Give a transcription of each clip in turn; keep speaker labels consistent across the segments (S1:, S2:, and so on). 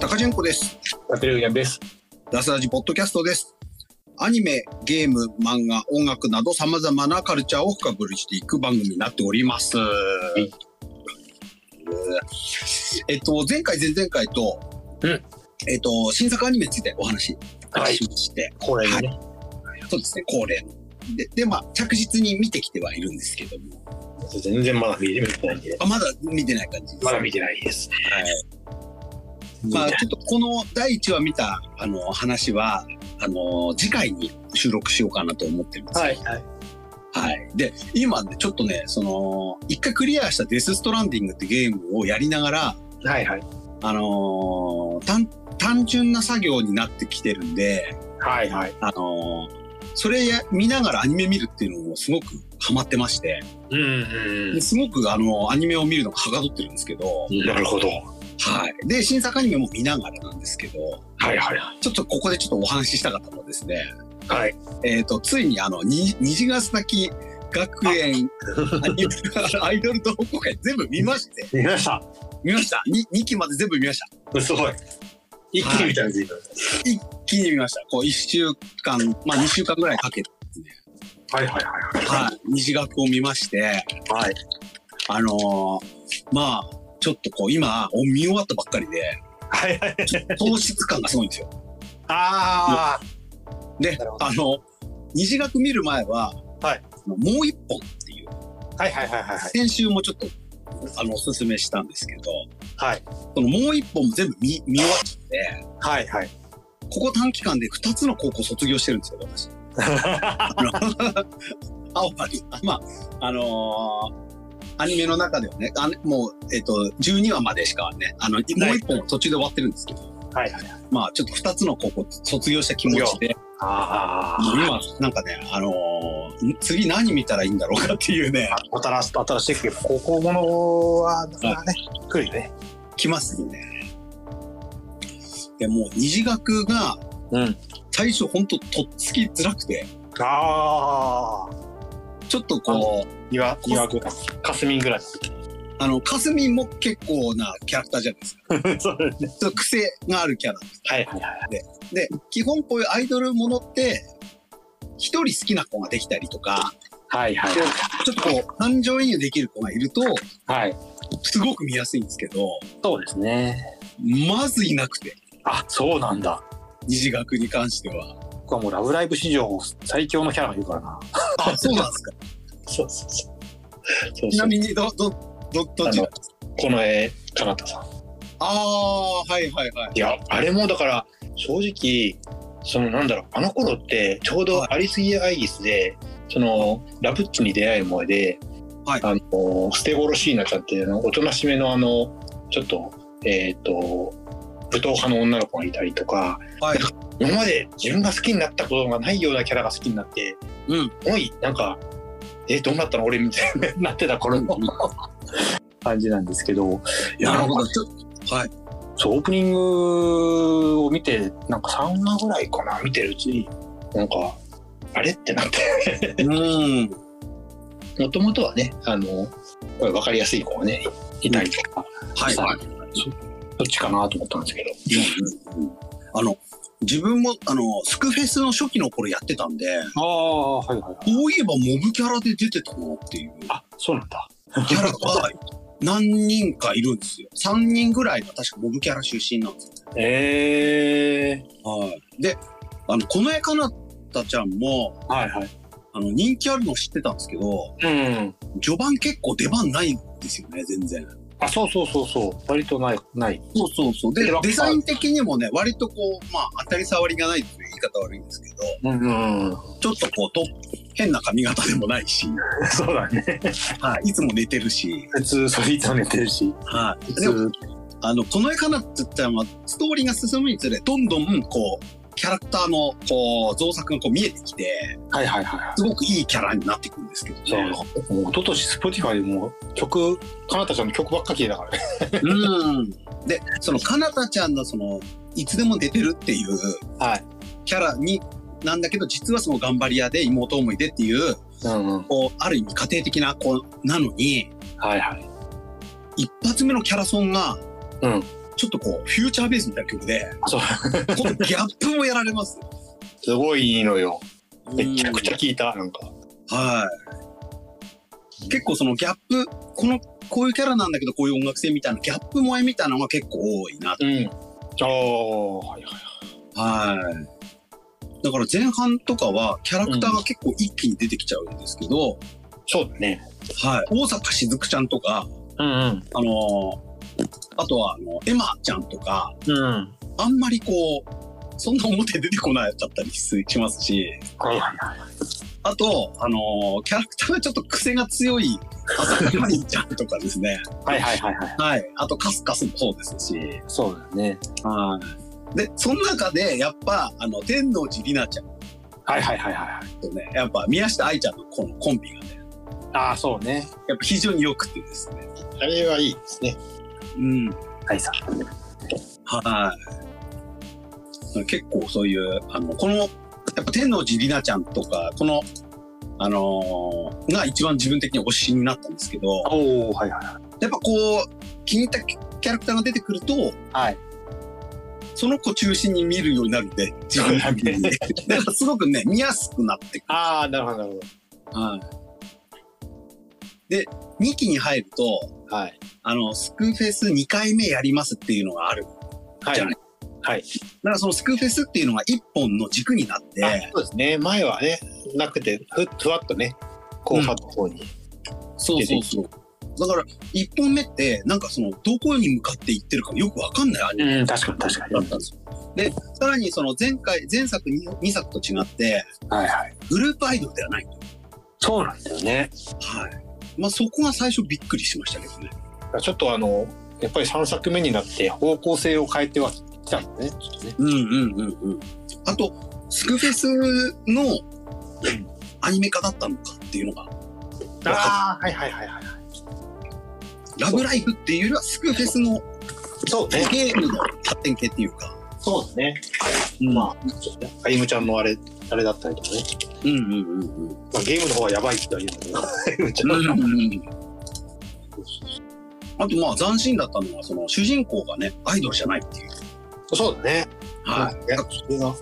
S1: 高純子です。
S2: 竹内です。
S1: ラスラジポッドキャストです。アニメ、ゲーム、漫画、音楽など様々なカルチャーを深掘りしていく番組になっております。
S2: い
S1: えっと、前回、前々回と、
S2: うん
S1: えっと、新作アニメについてお話し
S2: はい
S1: し。まして、
S2: これね。
S1: そうですね、恒例の。で、で、まあ、着実に見てきてはいるんですけども、
S2: 全然まだ見てないんで。
S1: あまだ見てない感じです。
S2: まだ見てないですね。
S1: まあ、ちょっとこの第1話見たあの話はあの次回に収録しようかなと思ってるんですよ
S2: はい。はい。
S1: はい、で今ねちょっとねその一回クリアした「デス・ストランディング」ってゲームをやりながら、
S2: はいはい。
S1: あのー単単純な作業になってきてるんで、
S2: はいはい。
S1: あのーそれや見ながらアニメ見るっていうのもすごくハマってまして
S2: うん
S1: すごく、あのアニメを見るのがはかどってるんですけど、
S2: うん。なるほど。は
S1: はい、で新作アニメも見ながらなんですけど
S2: いはいは
S1: ちょっとここでちょっとお話ししたかったのはですね
S2: い。はい。
S1: えー、とついにあのに虹ヶ崎学園アニメアイドル同好会全部見まして
S2: 見ました。
S1: 見ましたに 2, 期まで全部見ました
S2: すごい。一気に見たんです、今。
S1: 一気に見ましたこう1週間まあ2週間ぐらいかけて、
S2: はいはいはい
S1: はい、虹学を見まして
S2: はい。はい。
S1: あのーまあちょっとこう今お見終わったばっかりで
S2: はいはい。
S1: 糖質感がすごいんですよ
S2: あ
S1: で
S2: なるほど
S1: あの虹学見る前は、
S2: はい
S1: あのもう一本っていう
S2: あ。はいはいはいはい。
S1: 先週もちょっとあのおすすめしたんですけど
S2: はい。
S1: そのもう一本も全部見見終わっちゃって、
S2: はいはい。
S1: ここ短期間で2つの高校卒業してるんですよ、 私。あの青森。まあ、あのーアニメの中ではね、あもう、えっ、と、12話までしかね、あの、もう一本途中で終わってるんですけど、
S2: はいはい。
S1: まあ、ちょっと2つの高校卒業した気持ちで、
S2: あ
S1: もう今、なんかね、あのー次何見たらいいんだろうかっていうね、
S2: あ。新しい、新しいけど、高校ものは、なかなかね、来るよね。
S1: 来ますね。でもう、二次学が
S2: うん。
S1: 最初ほんととっつきづらくて、
S2: ああ。
S1: ちょっとこう、
S2: 庭、庭ぐらい。霞ぐらい。
S1: あの、かすみも結構なキャラクターじゃないですか。
S2: そうですね。
S1: ちょっと癖があるキャラ。
S2: はいはいはい。
S1: で、基本こういうアイドルものって、一人好きな子ができたりとか、
S2: はいはい
S1: こうちょっとこう、感情移入できる子がいると、
S2: はい。
S1: すごく見やすいんですけど、
S2: そうですね。
S1: まずいなくて、
S2: あ、そうなんだ。
S1: 虹学に関しては。
S2: 僕はもうラブライブ史上最強のキャラがいるからな。
S1: あ、そうなん ですか。
S2: そうそうそう。そう
S1: ち
S2: そ
S1: な
S2: う。
S1: みに、ど、ど、ど、どちら
S2: この絵、かなたさん。
S1: あー、はいはいはい。
S2: いや、あれもだから、正直、そのなんだろう、あの頃って、ちょう
S1: は
S2: どアリス・イヤ・アイギスで、その、ラブッチに出会える前で、
S1: はい
S2: あの、ステゴロシーナちゃんっていうあの、おとなしめのあの、ちょっと、えっ、と、武闘派の女の子がいたりとか、
S1: はい。
S2: 今まで自分が好きになったことがないようなキャラが好きになって、
S1: うん
S2: おいなんかえどうなったの俺みたいになってた頃の 感じなんですけどいや
S1: な
S2: な
S1: る
S2: ん
S1: ほ
S2: か
S1: ど。ちょはい。
S2: そうオープニングを見てなんか3話ぐらいかな見てるうちになんかあれってなって
S1: うん。
S2: もともとはねあの分かりやすい子がねいたりとか、
S1: はい
S2: さ
S1: はい。
S2: どっちかなと思ったんですけど、
S1: あの、自分も、あの、スクフェスの初期の頃やってたんで、
S2: ああはいはいはい
S1: そういえばモブキャラで出てたなっていう
S2: あそうなんだ
S1: キャラが何人かいるんですよ。3人ぐらいが確かモブキャラ出身なんですよ。
S2: へえ
S1: はい。で、あの、この絵かなたちゃんも、
S2: はいはい
S1: あの、人気あるの知ってたんですけど、
S2: うん
S1: 序盤結構出番ないんですよね、全然。
S2: あ、そうそうそうそう。割とない、ない。
S1: そうそうそう。で
S2: で、
S1: デザイン的にもね、割とこう、まあ、当たり障りがないという言い方悪いんですけど、
S2: うんうん。
S1: ちょっとこう、と、変な髪型でもないし、
S2: そうだね。
S1: はい。いつも寝てるし、
S2: 普通、それいつも寝てるし。
S1: はい。
S2: 普
S1: でも
S2: 通。
S1: あの、この絵かなって言ったら、まあストーリーが進むにつれ、どんどん、こう、キャラクターの、こう、造作がこう見えてきて、
S2: はいはいはい。
S1: すごくいいキャラになっていくんですけどね。
S2: そう。もう、一昨年スポティファイでもう曲、かなたちゃんの曲ばっか聴いたからね。
S1: うん。で、その、かなたちゃんの、その、いつでも出てるっていう
S2: はい。
S1: キャラに、なんだけど、実はその頑張り屋で妹思いでっていう、
S2: うんうん。
S1: こう、ある意味家庭的な子なのに、
S2: はいはい。
S1: 一発目のキャラソンが、
S2: うん
S1: ちょっとこう、フューチャーベースみたいな曲で、
S2: そう
S1: このギャップもやられます。
S2: すごいいいのよ。めちゃくち
S1: ゃ。
S2: ゃ聞いた、なんか。
S1: はい。結構そのギャップ、この、こういうキャラなんだけど、こういう音楽性みたいな、ギャップ萌えみたいなのが結構多いな。
S2: うん。ああ、はいはい。
S1: はい。だから前半とかは、キャラクターが結構一気に出てきちゃうんですけど、
S2: そうだね。
S1: はい。大阪しずくちゃんとか、
S2: うんうん。
S1: あのーあとは、あの、エマちゃんとか、
S2: うん。
S1: あんまりこう、そんな表出てこなかったりしますし、
S2: はいはいは
S1: あと、あのーキャラクターがちょっと癖が強い、あと、マリンちゃんとかですね。
S2: い。はいはいはいはい。
S1: はい。あと、カスカスもそうですし。
S2: そうだね。
S1: はい。で、その中で、やっぱ、あの、天王寺里奈ちゃん
S2: はいはいはいはいはい。
S1: とね、やっぱ、宮下愛ちゃんのこのコンビがね、
S2: ああ、そうね。
S1: やっぱ非常に良くてですね。
S2: あれはいいですね。
S1: うん。
S2: はいさん。
S1: はい。結構そういう、あの、この、やっぱ天王寺里奈ちゃんとか、この、あのーが一番自分的に推しになったんですけど、
S2: おおはいはい。
S1: やっぱこう、気に入ったキャラクターが出てくると、
S2: はい。
S1: その子中心に見るようになるんで、自分だ けに。だからすごくね、見やすくなってく
S2: ああ、なるほどなるほ
S1: る。はい。で、2期に入ると、
S2: ど。はい。
S1: あの、スクーフェス2回目やりますっていうのがある
S2: は
S1: じゃない
S2: い。。はい。
S1: だからそのスクーフェスっていうのが1本の軸になって、
S2: あそうですね。前はね、なくて、ふふわっとね、後半の方に。
S1: そうそうそう。だから、一本目って、なんかその、どこに向かっていってるかよくわかんないアニメ
S2: うん、確かに確か
S1: だったんですよ。で、さらにその前回、前作 2, 2作と違って、
S2: はいはい。
S1: グループアイドルではない。
S2: そうなんだよね。
S1: はい。まあそこが最初びっくりしましたけどね。
S2: ちょっとあの、やっぱり3作目になって方向性を変えてはきたんだね、ちょっとね。
S1: うんうんうんうん。あと、スクフェスのアニメ化だったのかっていうのが、
S2: ああ、はいはいはいはい。
S1: ラブライブっていうよりはスクフェスの
S2: そうね。
S1: ゲームの発展系っていうか、
S2: そうですね。
S1: ま
S2: まあ、ちょっとね歩夢ちゃんのあれ、あれだったりとかね。
S1: うんうんうんうん。
S2: まあ、ゲームの方はやばいって言うんだけど、歩夢ちゃん
S1: う
S2: の。
S1: んうんうんあとまあ斬新だったのはその主人公がねアイドルじゃないっていう。
S2: そうだね。。
S1: はい
S2: やそれが、やっ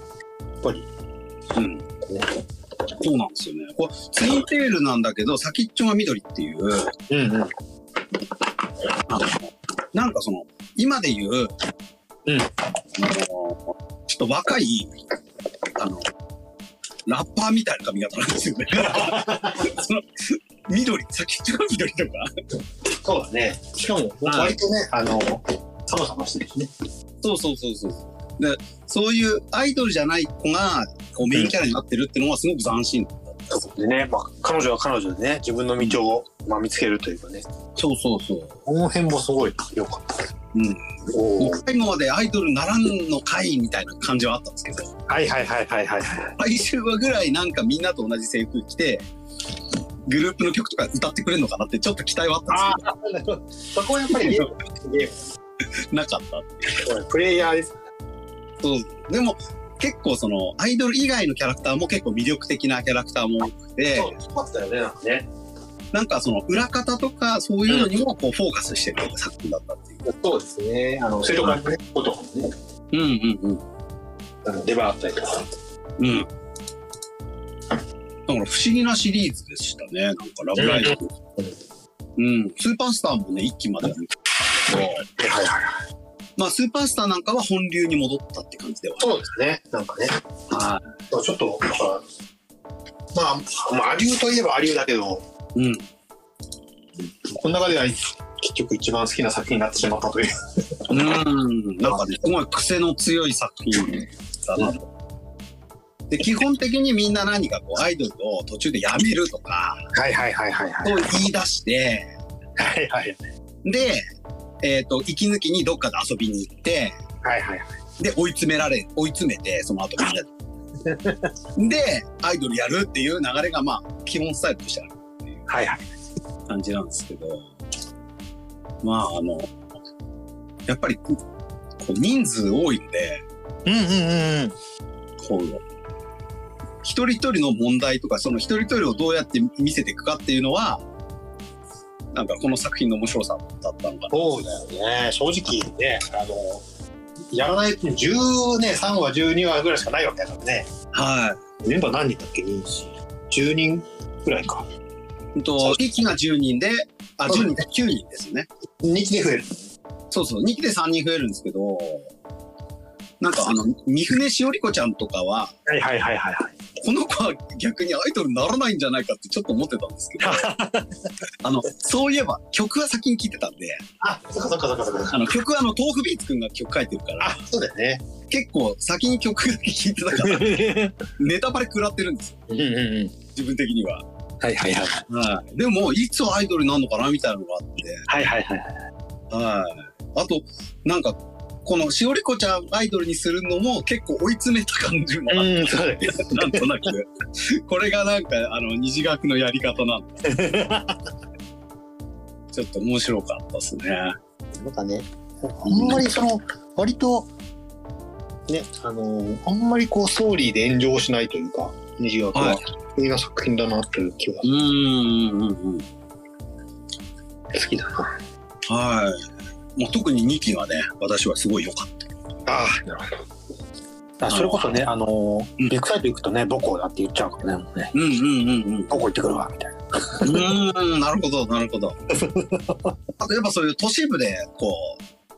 S2: ぱり、
S1: い。うん。そうなんですよね。これツインテールなんだけど先っちょが緑っていう
S2: うんうん。
S1: あのなんかその今で言う、
S2: うん
S1: あのちょっと若いあのラッパーみたいな髪型なんです よね。その緑先っちょが緑とか。
S2: そうだね。しかも、割とね、あの、サバサバしてるしね。
S1: そうそうそうそう。で、そういうアイドルじゃない子が、こうメインキャラになってるってのはすごく斬新。
S2: でね、まあ、彼女は彼女でね、自分の道を、まあ、見つけるというかね。
S1: そうそうそう。
S2: この辺もすごい良かった。
S1: うん。
S2: おー
S1: 最後までアイドルならんのかいみたいな感じはあったんですけど、
S2: はいはいはいはいはい。
S1: 来週はぐらいなんかみんなと同じ制服着て、グループの曲とか歌ってくれるのかなってちょっと期待はあったんで
S2: あ、なるほどそこはやっぱりゲーム、ゲ
S1: すけど、なかった。
S2: ーム、プレイヤーです。
S1: そう。でも、結構その、アイドル以外のキャラクターも結構魅力的なキャラクターも多くて、
S2: そう、そうだったよね、なんかね。
S1: なんかその、裏方とかそういうのにもこう、フォーカスしてる作品だったっていう。
S2: そうですね。あの、生徒会のこともね、
S1: うんうんうん。
S2: あの出番あったりとか。
S1: うん。だから不思議なシリーズでしたね。なんかラブライブ。うん。スーパースターもね、一期までは見たけど
S2: はいはいはい。
S1: まあ、スーパースターなんかは本流に戻ったって感じでは
S2: そうですね。なんかね。
S1: ある。
S2: ちょっと、なんかまあ、まあ、アリューといえばアリューだけど、
S1: うん。
S2: この中では結局一番好きな作品になってしまったという。
S1: うん。なんかね、すごい癖の強い作品だなと。で、基本的にみんな何かこう、アイドルを途中でやめるとか、
S2: はいはいはいはいは
S1: そう言い出して、
S2: はいはい。
S1: で、えっ、と、息抜きにどっかで遊びに行って、
S2: はいはい。
S1: で、追い詰められ、追い詰めて、その後みんな で。で、アイドルやるっていう流れが、まあ、基本スタイルとしてある
S2: はいはい。
S1: 感じなんですけど、まあ、あの、やっぱり、こう人数多いんで、
S2: うんうんうん。
S1: こう、一人一人の問題とか、その一人一人をどうやって見せていくかっていうのは、なんかこの作品の面白さだったのかな。
S2: そうだよね。正直ね、あの、やらない、10ね、3話、12話ぐらいしかないわけだからね。
S1: はい。
S2: メンバー何人だっけ ?10 人ぐらいか。
S1: うんと、1期が10人で、あ、10人で9人ですよね。
S2: 2期で増える。
S1: そうそう、2期で3人増えるんですけど、なんかあの、三船しおり子ちゃんとかは、
S2: はいはいはいはいはい。
S1: この子は逆にアイドルにならないんじゃないかってちょっと思ってたんですけど、あの、そういえば曲は先に聴いてたんで、
S2: あ、そっかそっかそっかそっか。
S1: あの曲はあの、豆腐ビーツくんが曲書いてるから、
S2: あ、そうだよ ね。
S1: 結構先に曲だけ聴いてた から、ネタバレ食らってるんですよ、
S2: うんうんうん。
S1: 自分的には。
S2: はいはいはい。
S1: はい。でも、いつアイドルになるのかなみたいなのがあって、
S2: はいはいはい。
S1: はい。あと、なんか、このしおりこちゃんアイドルにするのも結構追い詰めた感じもあって
S2: うん、そうだよね。
S1: なんとなく。これがなんか、あの、二次学のやり方なんだ。ちょっと面白かったですね。
S2: なんかね、あんまりその、割と、ね、あのーあんまりこう、ストーリーで炎上しないというか、二次学は、
S1: はい
S2: いいな作品だなという気が
S1: うん、うん、うん。
S2: 好きだな。
S1: はい。もう特に2期はね、私はすごい良かった。
S2: ああ、なるほど。それこそね、あのー
S1: うん
S2: ビッグサイト行くとね、母校だって言っちゃうからね、もうね、
S1: うん、うん、うん、
S2: 母校行ってくるわ、みたいな。
S1: うん。うん、なるほど、なるほど。あとやっぱそういう都市部で、こう、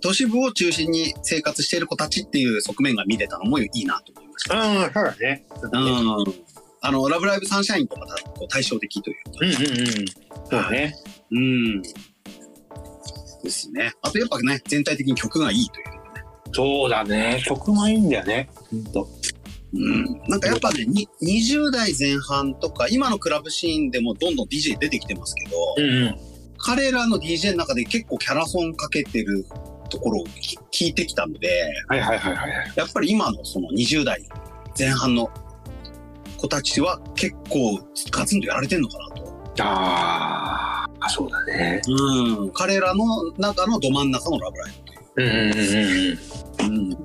S1: 都市部を中心に生活している子たちっていう側面が見れたのもいいなと思いました。
S2: うん、そうだね。
S1: うん。あの、ラブライブサンシャインとかだとこう対照的という
S2: うんうんうん。そうね。
S1: うん。ですね。あとやっぱね、全体的に曲がいいという。
S2: そうだね。曲もいいんだよね。うんと。
S1: うん。なんかやっぱね、に20代前半とか、今のクラブシーンでもどんどん DJ 出てきてますけど、
S2: うんうん。
S1: 彼らの DJ の中で結構キャラソンかけてるところをき聞いてきたので、
S2: はいはいはいはいはい。
S1: やっぱり今のその20代前半の子たちは結構ガツンとやられてんのかなと。
S2: ああ、そうだね。
S1: うん。彼らの中のど真ん中のラブライブ
S2: うんうんうんうん。
S1: うん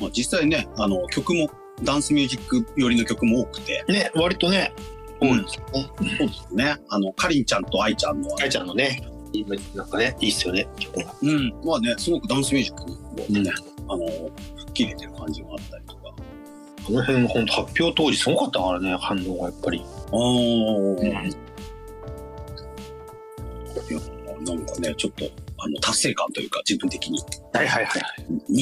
S1: まあ、実際ねあの曲もダンスミュージック寄りの曲も多くて、
S2: ね、割とね、
S1: うん
S2: 多いですよね。
S1: そうですねあのかりんちゃんと愛ちゃんのは、
S2: あいちゃんのね、今なんかね、いいっすよね、曲が。
S1: うん、まあねすごくダンスミュージックに、ねあの切れてる感じがあったりとか。
S2: この辺、本当発表当時すごかったからね、反応がやっぱり。
S1: あー
S2: うん
S1: いやなんかねちょっとあの達成感というか自分的に
S2: はいはいはい。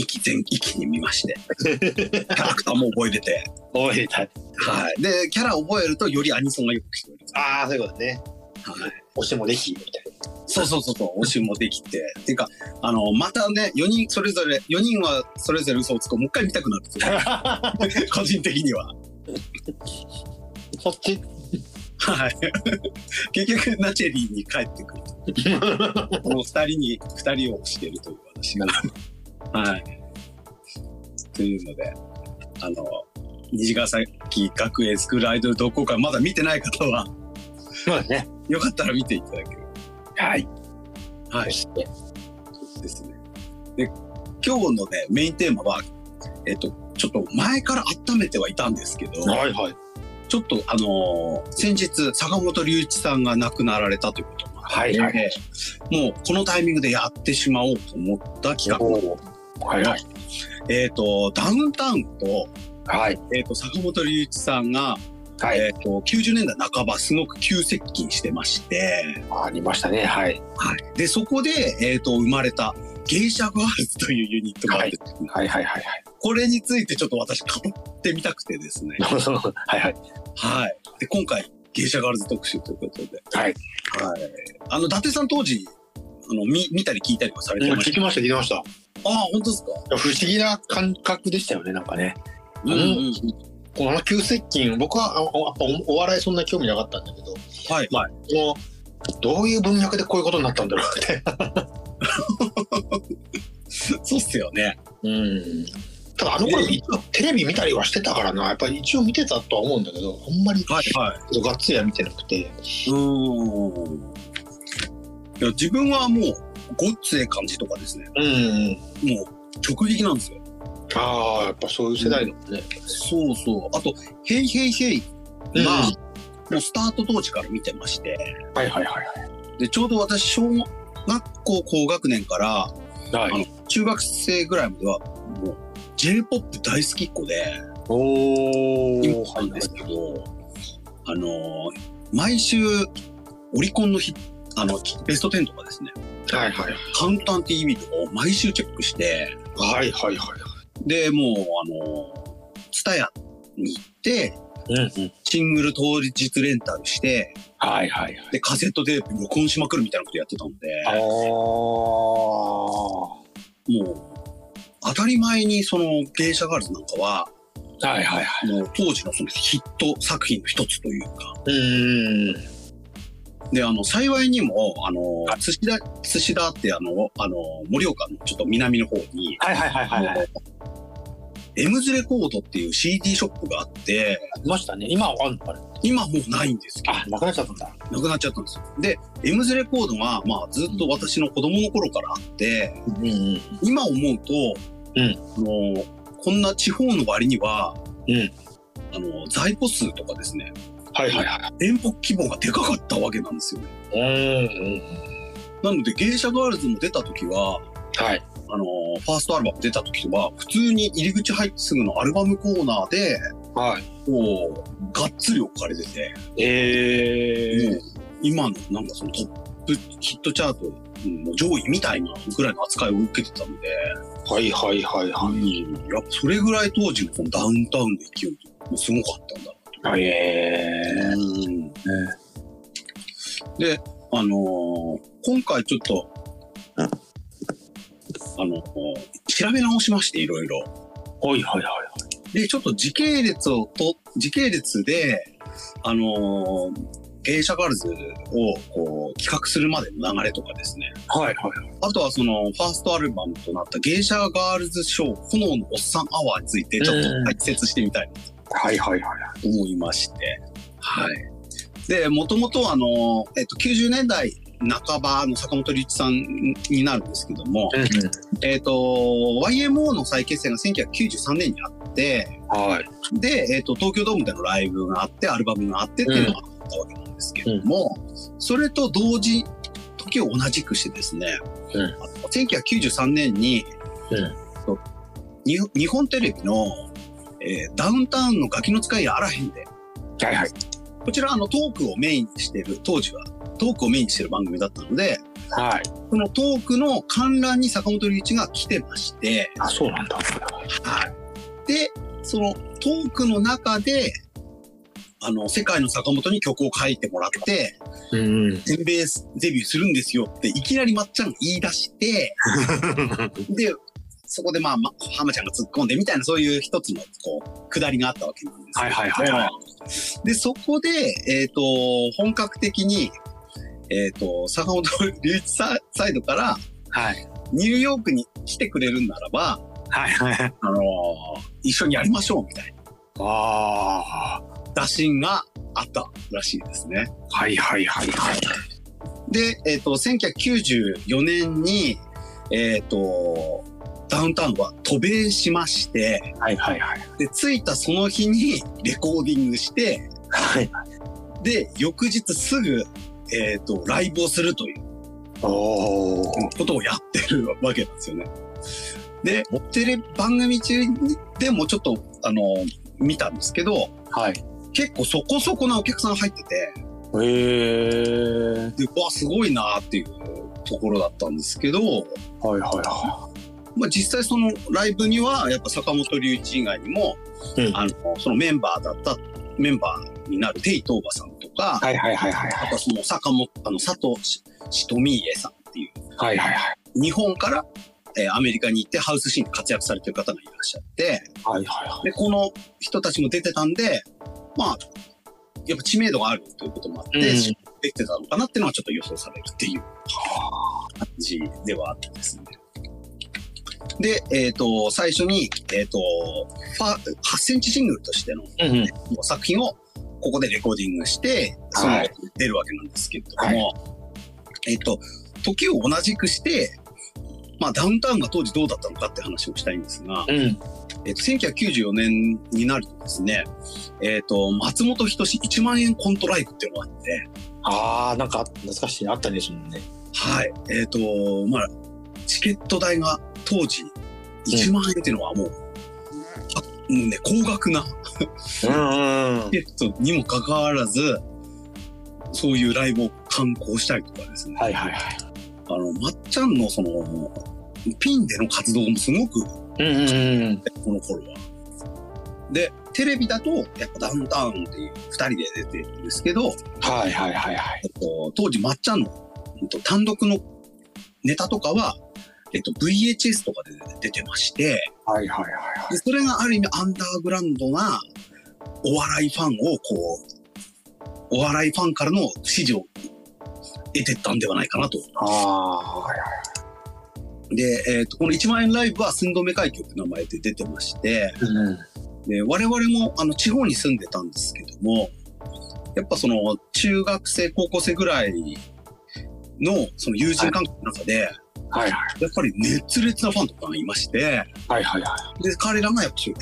S1: 2期全一気に見まして キャラクターも覚えてて、
S2: 覚えたい。
S1: はい、でキャラ覚えるとよりアニソンがよく聞こえる、
S2: ああ、そういうことね。
S1: はい、
S2: 押してもでき、みたいな。
S1: そうそうそうそう、推しもできて。っていうか、あの、またね、4人それぞれ、4人はそれぞれ嘘をつく、もう一回見たくなるんですよ。個人的には。
S2: そっち。
S1: はい。結局、ナチェリーに帰ってくると。この二人に、二人を推しているという私が。はい。というので、あの、虹ヶ崎学園スクールアイドル同好会、まだ見てない方は、
S2: そうだね。
S1: よかったら見ていただける
S2: はい。
S1: はい
S2: して。
S1: とですね。で、今日のね、メインテーマは、えっと、ちょっと前から温めてはいたんですけど、
S2: はいはい。
S1: ちょっとあのー先日、坂本龍一さんが亡くなられたということもあって、
S2: はいはい
S1: もうこのタイミングでやってしまおうと思った企画。
S2: はいはい。
S1: えっ、と、ダウンタウンと、
S2: はい。
S1: えっ、と、坂本龍一さんが、
S2: はい。
S1: えっ、と、90年代半ば、すごく急接近してまして、
S2: ありましたね。はい。
S1: はい。で、そこで、えっ、と、生まれた、芸者ガールズというユニットがあるんですけど
S2: はいはいはい
S1: これについてちょっと私語ってみたくてですね。
S2: はい。そう はいはい。
S1: はい。で、今回、芸者ガールズ特集ということで。
S2: はい。
S1: はい。あの、伊達さん当時、あの、見、見たり聞いたりはされてま
S2: 聞
S1: し
S2: きました聞きました。
S1: た。ああ、本当ですか
S2: 不思議な感覚でしたよね、なんかね。
S1: うんん、うん、
S2: この急接近、僕はああやっぱおお笑いそんな興味なかったんだけど、
S1: はい。
S2: まあ、このどういう文脈でこういうことになったんだろうって。
S1: そうっすよね。
S2: うん。ただあの頃一応テレビ見たりはしてたからな、やっぱり一応見てたとは思うんだけど、あんまり
S1: はい、はい。
S2: ガッツリは見てなくて。
S1: うーん。いや、自分はもう、ごっつええ感じとかですね。
S2: うん。
S1: もう、直撃なんですよ。
S2: ああ、やっぱそういう世代のね。
S1: そうそう。あと、ヘイヘイヘイ
S2: うん
S1: が、もうスタート当時から見てまして、
S2: はいはいはい
S1: で、ちょうど私、小学校高学年から
S2: はい。
S1: はい中学生ぐらいまでは、もう J-POP 大好きっ子で、
S2: おー。
S1: 今なんですけど、あのー、毎週、オリコンのヒあの、ベスト10とかですね、
S2: はいはい
S1: カウンター TV とかを毎週チェックして、
S2: はいはいはい
S1: で、もう、あの、ツタヤに行って、
S2: はい。うんうん。
S1: シングル当日レンタルして、
S2: はいはいはい。
S1: で、カセットテープ録音しまくるみたいなことやってたの
S2: あ
S1: で、
S2: ー。
S1: もう、当たり前にその、芸者ガールズなんかは、
S2: はいはいは
S1: あの当時のそのヒット作品の一つというか、
S2: い。うん。
S1: で、あの、幸いにも、あの、寿司田、寿司田ってあの、あの、盛岡のちょっと南の方に、
S2: はいはいはいはいはい。
S1: エムズレコードっていう CD ショップがあって、
S2: ありましたね。今はあるのかな
S1: 今もうないんですけど、
S2: あ、なくなっちゃったんだ。
S1: なくなっちゃったんですよ。で、エムズレコードが、まあ、ずっと私の子供の頃からあって、
S2: うんうん。
S1: 今思うと、
S2: うん
S1: あのこんな地方の割には、
S2: うん
S1: あの在庫数とかですね、
S2: はいはいは
S1: 店舗規模がでかかったわけなんですよね。
S2: い。うんうん。
S1: なので、芸者ガールズも出た時は、
S2: はい。
S1: あのファーストアルバム出た時は、普通に入り口入ってすぐのアルバムコーナーで、
S2: は
S1: こう、がっつり置かれてて、
S2: い。え
S1: もう今のなんかそのトップヒットチャートの上位みたいなぐらいの扱いを受けてたので、
S2: ー。はいはいはいは
S1: やっぱそれぐらい当時のそのダウンタウンの勢いもすごかったんだ
S2: い。
S1: ろ
S2: え
S1: うね。で、あのー今回ちょっと、あのー調べ直しましていろいろ。
S2: ー。はいはいは
S1: で、ちょっと時系列をと、時系列で、あのー芸者ガールズをこう企画するまでの流れとかですね。
S2: い。はいはい。
S1: あとはその、ファーストアルバムとなった芸者ガールズショー、炎のおっさんアワーについてちょっと解説してみたいな
S2: はいはいはい。
S1: 思いまして、はい。で、もともとあの、えっと、90年代半ばの坂本龍一さんになるんですけども、
S2: うんうん。
S1: えっと、YMO の再結成が1993年にあって、
S2: はい。
S1: で、えっと、東京ドームでのライブがあって、アルバムがあってっていうのがあったわけなんですけども、それと同時、時を同じくしてですね、
S2: うん
S1: 1993年に、
S2: うん
S1: に日本テレビの、えーダウンタウンのガキの使いやあらへんで、
S2: はいはい。
S1: こちらあのトークをメインにしてる、当時はトークをメインにしてる番組だったので、
S2: はい。
S1: このトークの観覧に坂本龍一が来てまして、
S2: あ、そうなんだ。
S1: はい。で、そのトークの中で、あの、世界の坂本に曲を書いてもらって、
S2: うんうん。
S1: 全米デビューするんですよって、いきなりまっちゃんが言い出 して、で、そこでまあ、ま、浜ちゃんが突っ込んでみたいな、そういう一つの、こう、下りがあったわけなんですけど
S2: はいはいはいはい。
S1: で、そこで、えっ、と、本格的に、えっ、と、坂本龍一ササイドから
S2: はい。
S1: ニューヨークに来てくれるんならば、
S2: はいはい。
S1: あのー一緒にやりましょうみたい
S2: ああ。
S1: な打診があったらしいですね。
S2: はいはいはいはい。
S1: で、えっ、と、1994年に、えっ、と、ダウンタウンは渡米しまして、
S2: はいはいはい。
S1: で、着いたその日にレコーディングして、
S2: はい。
S1: で、翌日すぐ、えっ、と、ライブをするという。
S2: おお。
S1: ことをやってるわけなんですよね。で、テレビ番組中でもちょっと、あの、見たんですけど、
S2: はい。
S1: 結構そこそこなお客さん入ってて、
S2: へえ。
S1: で、うわ、すごいなっていうところだったんですけど、
S2: はいはいは
S1: まあ実際そのライブには、やっぱ坂本龍一以外にも、
S2: うん
S1: あの、そのメンバーだった、メンバーになるテイトーバさんとか、
S2: い。はいはいはいはい
S1: あとはその坂本、あの、佐藤ししとみえさんってい
S2: はい。はいはいはい。
S1: う、日本から、えーアメリカに行ってハウスシーンで活躍されてる方がいらっしゃって、
S2: はいはいは
S1: で、この人たちも出てたんで、まあ、やっぱ知名度があるということもあって、
S2: うん
S1: できてたのかなっていうのはちょっと予想されるっていう感じではあったんですね。で、えっ、と、最初に、えっ、と、ファ8センチシングルとしての
S2: い。うんうん。
S1: 作品をここでレコーディングして、その
S2: はい
S1: 出るわけなんですけれども、えっ、と、時を同じくして、まあ、ダウンタウンが当時どうだったのかって話をしたいんですが、
S2: うん。
S1: えっと、1994年になるとですね、えっと、松本人志1万円コントライブっていうのがあって、
S2: ああ、なんか懐かしい。あったんですもんね。
S1: はい。えっと、まあ、チケット代が当時1万円っていうのはもう、あもうね、高額な
S2: うんうん
S1: チケットにもかかわらず、そういうライブを観光したりとかですね。
S2: はいはいはい。
S1: あの、まっちゃんのその、ピンでの活動もすごく、こ
S2: うんうんうん。
S1: の頃は。で、テレビだと、やっぱダウンタウンっていう二人で出てるんですけど、
S2: はいはいはいはい。
S1: えっと、当時まっちゃんの、うんと単独のネタとかは、えっと、VHS とかで出てまして、
S2: はいはいはいは
S1: でそれがある意味アンダーグラウンドなお笑いファンをこう、お笑いファンからの支持を得てったんではないかなと。
S2: ああ、はいは
S1: で、えっ、と、この1万円ライブは寸止め海峡って名前で出てまして、
S2: い。うん。
S1: で、我々もあの地方に住んでたんですけども、やっぱその中学生、高校生ぐらいのその友人関係の中で、
S2: はいはい。
S1: やっぱり熱烈なファンとかがいまして、
S2: はいはいは
S1: で、彼らがやっぱそういう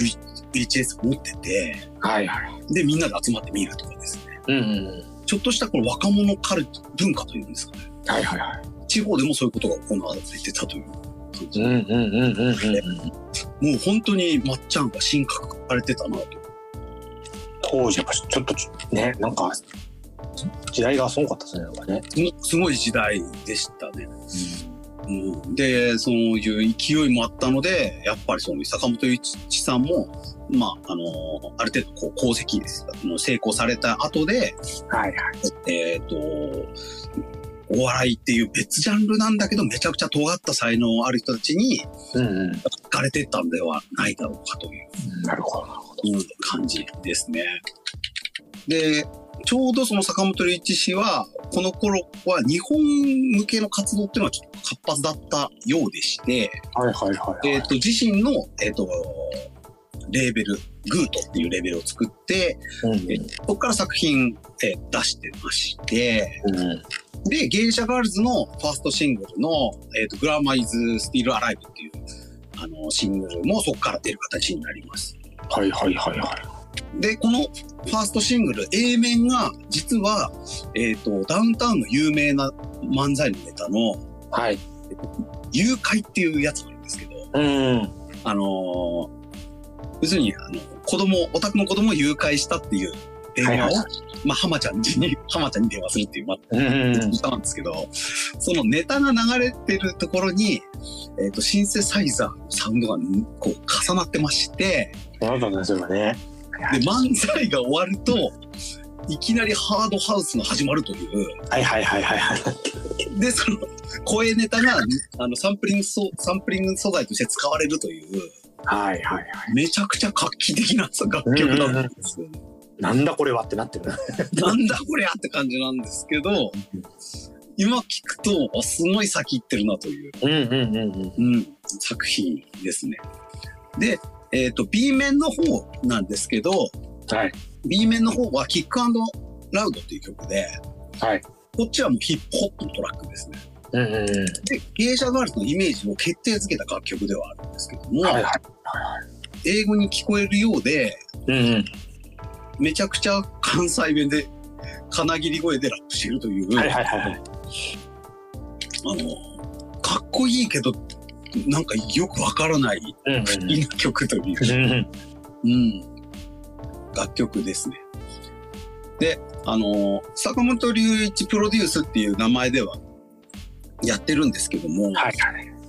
S1: V- VHS 持ってて、
S2: い。はいはい。
S1: で、みんなで集まって見るとかですね。
S2: うんうん。
S1: ちょっとしたこの若者カルト文化というんですかね。
S2: はいはいはい。
S1: 地方でもそういうことが行われてたという感
S2: う
S1: じ。
S2: んうんうんうんうん。
S1: もう本当にまっちゃんが進化されてたなと。
S2: 当時やっぱちょっとちょね、なんか、時代がすごかったですね、なんかね。
S1: すごすごい時代でしたね。うん、で、そういう勢いもあったので、やっぱりその坂本龍一さんも、まあ、あのある程度こう功績です。あの成功された後で、
S2: はいはい。
S1: えっ、と、お笑いっていう別ジャンルなんだけど、めちゃくちゃ尖った才能ある人たちに
S2: うんうん。
S1: 惹かれてったんではないだろうかという、
S2: なるほど。
S1: うん感じですね。で、ちょうどその坂本龍一氏は、この頃は日本向けの活動っていうのはちょっと活発だったようでして、
S2: はいはいはい。
S1: えっ、と、自身の、えっ、と、レーベル、グートっていうレーベルを作って、
S2: うん
S1: そこから作品、えー出してまして、
S2: うん。
S1: で、芸者ガールズのファーストシングルの、えっ、と、グラマイズ・スティール・アライブっていう、あの、シングルもそこから出る形になります。
S2: はいはいはいはい。
S1: で、このファーストシングル、A 面が、実は、えっ、と、ダウンタウンの有名な漫才のネタの、
S2: はい。
S1: 誘拐っていうやつなんですけど、
S2: うん。
S1: あのー、要するに、あの、子供、オタクの子供を誘拐したっていう電話を、
S2: はいは
S1: まあ、浜ちゃんに、浜ちゃんに電話するっていう、まあ、
S2: うん。
S1: 歌なんですけど、そのネタが流れてるところに、えっ、と、シンセサイザーのサウンドがこう重なってまして、
S2: なるほどね、それはね。
S1: で、漫才が終わると、いきなりハードハウスが始まるという、
S2: はいはいはいはいはい。
S1: で、その、声ネタが、あの、サンプリング素、サンプリング素材として使われるという、
S2: はいはいはい。
S1: めちゃくちゃ画期的な楽曲だったんですよね。
S2: なんだこれはってなってるな。
S1: なんだこりゃって感じなんですけど、今聞くと、あすごい先行ってるなという。
S2: うんうんうんうん。
S1: うん、作品ですね。で、えっ、と、B 面の方なんですけど、
S2: はい。
S1: B 面の方はキックラウドっていう曲で、
S2: はい。
S1: こっちはもうヒップホップのトラックですね。
S2: うんうんうん。
S1: で、芸者ガールズのイメージを決定づけた楽曲ではあるんですけども、
S2: はいは
S1: 英語に聞こえるようで、
S2: い。うんうん。
S1: めちゃくちゃ関西弁で、金切り声でラップしてるという、
S2: はいはいはいはい。
S1: あの、かっこいいけど、なんかよくわからない、
S2: うんうん
S1: いい曲という。
S2: うんうん。
S1: うん、楽曲ですね。で、あの、坂本龍一プロデュースっていう名前ではやってるんですけども、
S2: はいはい。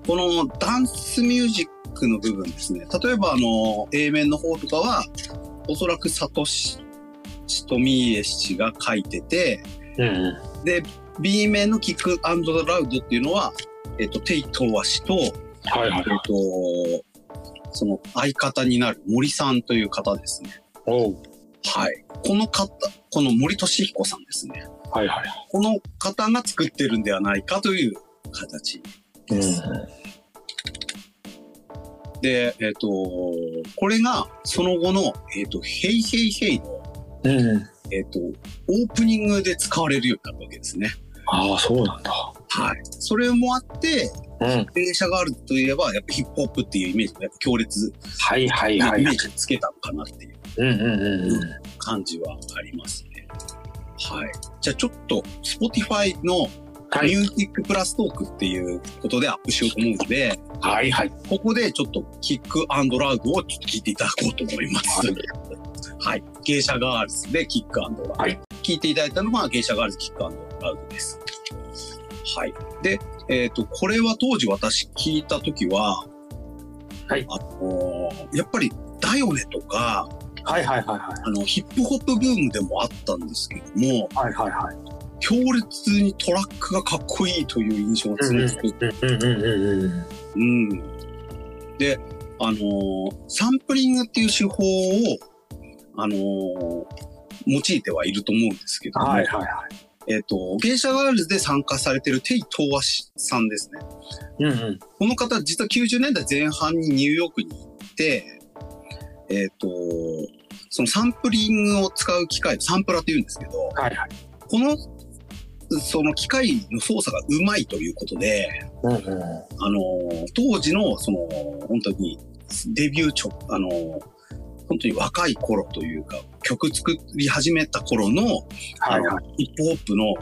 S1: このダンスミュージックの部分ですね。例えば、あの、A 面の方とかは、おそらくサトシとミエ氏が書いてて、
S2: うんうん。
S1: B 面のキックラウドっていうのは、えっと、テイトワ氏と、
S2: はいは
S1: えっ
S2: いはい。
S1: と、その相方になる森さんという方ですね。
S2: おう。
S1: はい。この方、この森俊彦さんですね。
S2: はいはい。
S1: この方が作ってるんではないかという形です。で、えっ、と、これがその後の、えっ、と、ヘイヘイヘイの、
S2: うんうん。
S1: えっ、と、オープニングで使われるようになったわけですね。
S2: ああ、そうなんだ。
S1: はい。それもあって、
S2: うん。
S1: 電車があるといえば、やっぱヒップホップっていうイメージがやっぱ強烈
S2: はいはい
S1: な
S2: は
S1: イ
S2: い
S1: メー。ジつけたのかなっていう
S2: うんうんうんうん。
S1: 感じはありますね。はい。じゃあちょっと、Spotify の
S2: は
S1: ミ
S2: い
S1: ュージックプラストークっていうことでアップしようと思うので、
S2: はいはい。
S1: ここでちょっとキックラグをちょっと聞いていただこうと思います。はい。芸者ガールズでキックラグ。
S2: はい
S1: 聞いていただいたのは芸者ガールズキックラグです。はい。で、えっ、と、これは当時私聞いたときは、
S2: はい
S1: あのーやっぱりだよねとか、
S2: はいはいはいはい。
S1: あの、ヒップホップブームでもあったんですけども、
S2: はいはいはい。
S1: 強烈にトラックがかっこいいという印象が強くて、
S2: うんうんうんうん。
S1: うん。で、あのーサンプリングっていう手法を、あのー用いてはいると思うんですけども、
S2: はいはいは
S1: えっ、と、芸者ガールズで参加されてるテイ・トーワシさんですね。
S2: い。うんうん。
S1: この方、実は90年代前半にニューヨークに行って、えっ、と、そのサンプリングを使う機械、サンプラって言うんですけど、
S2: はいはい。
S1: この、その機械の操作がうまいということで、
S2: うんうん。
S1: あのー、当時の、その、本当に、デビュー直、あのー、本当に若い頃というか、曲作り始めた頃の、
S2: は
S1: あ
S2: い
S1: の
S2: はい。
S1: ヒップホップの、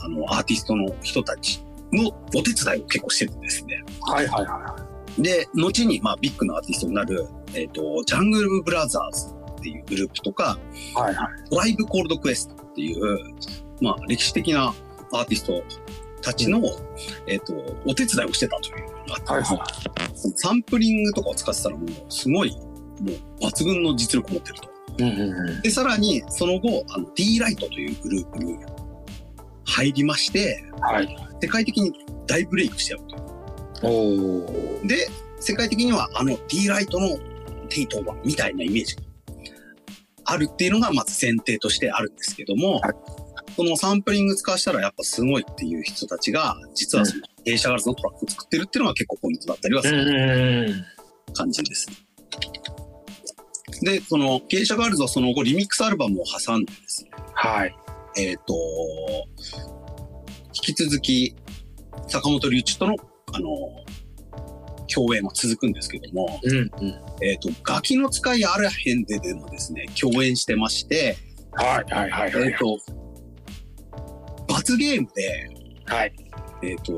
S1: あの、アーティストの人たちのお手伝いを結構してるんですね。
S2: はいはいは
S1: で、後に、まあ、ビッグなアーティストになる、えっ、と、ジャングルブラザーズっていうグループとか、
S2: い。はいはい。
S1: ドライブコールドクエストっていう、まあ、歴史的なアーティストたちの、えっ、と、お手伝いをしてたというのがあって
S2: はいはい。
S1: サンプリングとかを使ってたらもうすごい、もう抜群の実力持ってると。
S2: うんうんうん。
S1: で、さらにその後、あの D ライトというグループに入りまして、
S2: はい。
S1: 世界的に大ブレイクしちゃうとい
S2: おお。
S1: う。で、世界的にはあの D ライトのテイトーバーみたいなイメージがあるっていうのがまず前提としてあるんですけども、
S2: はい
S1: このサンプリング使わせたらやっぱすごいっていう人たちが、実はその映写ガラスのトラックを作ってるっていうのが結構ポイントだったりはする
S2: うんうん
S1: 感じです。で、その、芸者ガールズはその後、リミックスアルバムを挟んでですね、
S2: はい。
S1: えっ、と、引き続き、坂本龍一との、あの、共演は続くんですけども、
S2: うんうん。
S1: えっ、と、ガキの使いあらへんででもですね、共演してまして、
S2: はいはいはい
S1: えっ、
S2: はい。
S1: と、罰ゲームで、
S2: はい。
S1: えっ、と、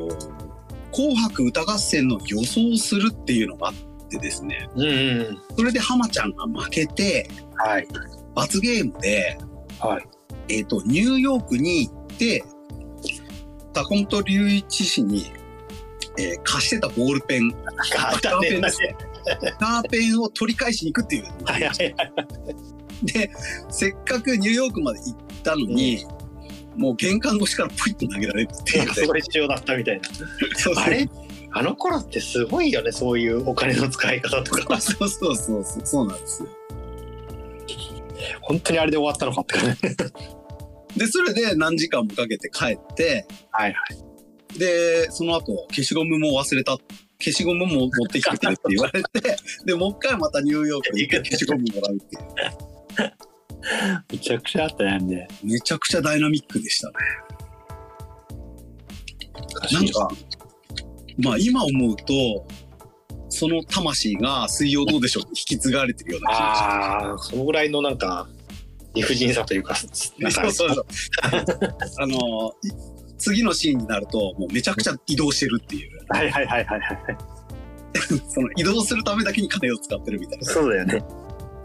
S1: 紅白歌合戦の予想するっていうのがあってですね、
S2: うんうん。
S1: それで浜ちゃんが負けて、
S2: はい。
S1: 罰ゲームで、
S2: はい。
S1: えっ、と、ニューヨークに行って、坂本龍一氏に、えー貸してたボールペン、
S2: あ
S1: カーペンですね。カーペンを取り返しに行くっていう。
S2: はいはいはい。
S1: で、せっかくニューヨークまで行ったのに、もう玄関越しからポイって投げられるっていうね。
S2: それ必要だったみたいな。
S1: そうそう
S2: あれあの頃ってすごいよね、そういうお金の使い方と か。
S1: そうそうそうそう、そうなんですよ。
S2: 本当にあれで終わったのかって感じ。
S1: で、それで何時間もかけて帰って、
S2: はいは
S1: で、その後、消しゴムも忘れた、消しゴムも持ってきてくれって言われて、で、もう一回またニューヨークに行って消しゴムもらうっていう。
S2: い。めちゃくちゃあったね、んで。
S1: めちゃくちゃダイナミックでしたね。なんか、まあ今思うと、その魂が水曜どうでしょうに引き継がれてるような気がし
S2: ああ、そのぐらいのなんか、理不尽さというか、なんか
S1: ます。そうそうそう。あの、い次のシーンになると、もうめちゃくちゃ移動してるっていう。
S2: はいはいはいはいはい。
S1: その移動するためだけに金を使ってるみたいな。
S2: そうだよね。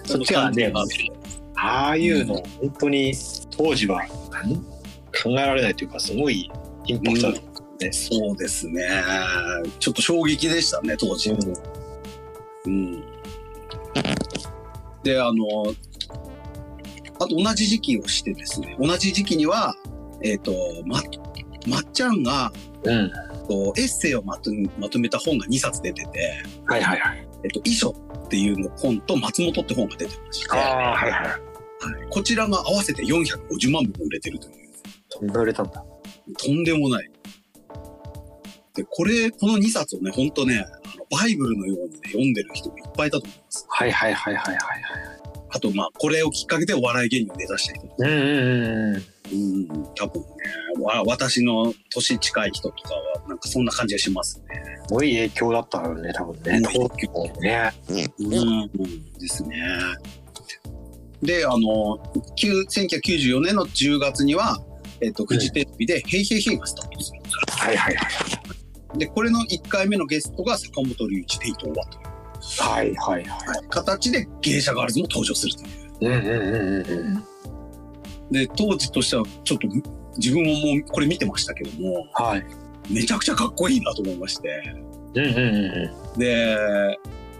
S2: そっちがね
S1: その感じがあって
S2: ああいうの、本当に当時はん考えられないというか、すごいインパクトある。
S1: そうですね。ちょっと衝撃でしたね、当時。うん。で、あの、あと同じ時期をしてですね、同じ時期には、えっ、と、ま、まっちゃんが、
S2: うん。
S1: こうエッセイをまとめまとめた本が2冊出てて、
S2: はいはいはい。
S1: えっ、と、遺書っていうの本と松本って本が出てまして、
S2: ああ、はいはい。
S1: こちらが合わせて450万部も売れてるという。
S2: 飛んで売れたんだ。
S1: とんでもない。で、これ、この2冊をね、ほんとね、あのバイブルのようにね、読んでる人もいっぱいいたと思います。
S2: はいはいはいはいはい。
S1: あと、まあ、これをきっかけでお笑い芸人を目指した人。
S2: うんうんうんうん。
S1: うん、多分ね、わ私の年近い人とかは、なんかそんな感じがしますね。
S2: すごい影響だったよね、多分ね。
S1: うん
S2: 東京ね。
S1: うん、ですね。で、あの、きゅう1994年の10月には、えっと、フジテレビで、ヘイヘイヘイがスタートするんです
S2: はいはいはい。
S1: よで、これの1回目のゲストが坂本龍一で伊藤はとい
S2: はいはいは
S1: う形で芸者ガールズも登場するという
S2: い。うんうんうんうん。
S1: で、当時としてはちょっと自分ももうこれ見てましたけども、
S2: はい。
S1: めちゃくちゃかっこいいなと思いまして。
S2: うんうんう
S1: で、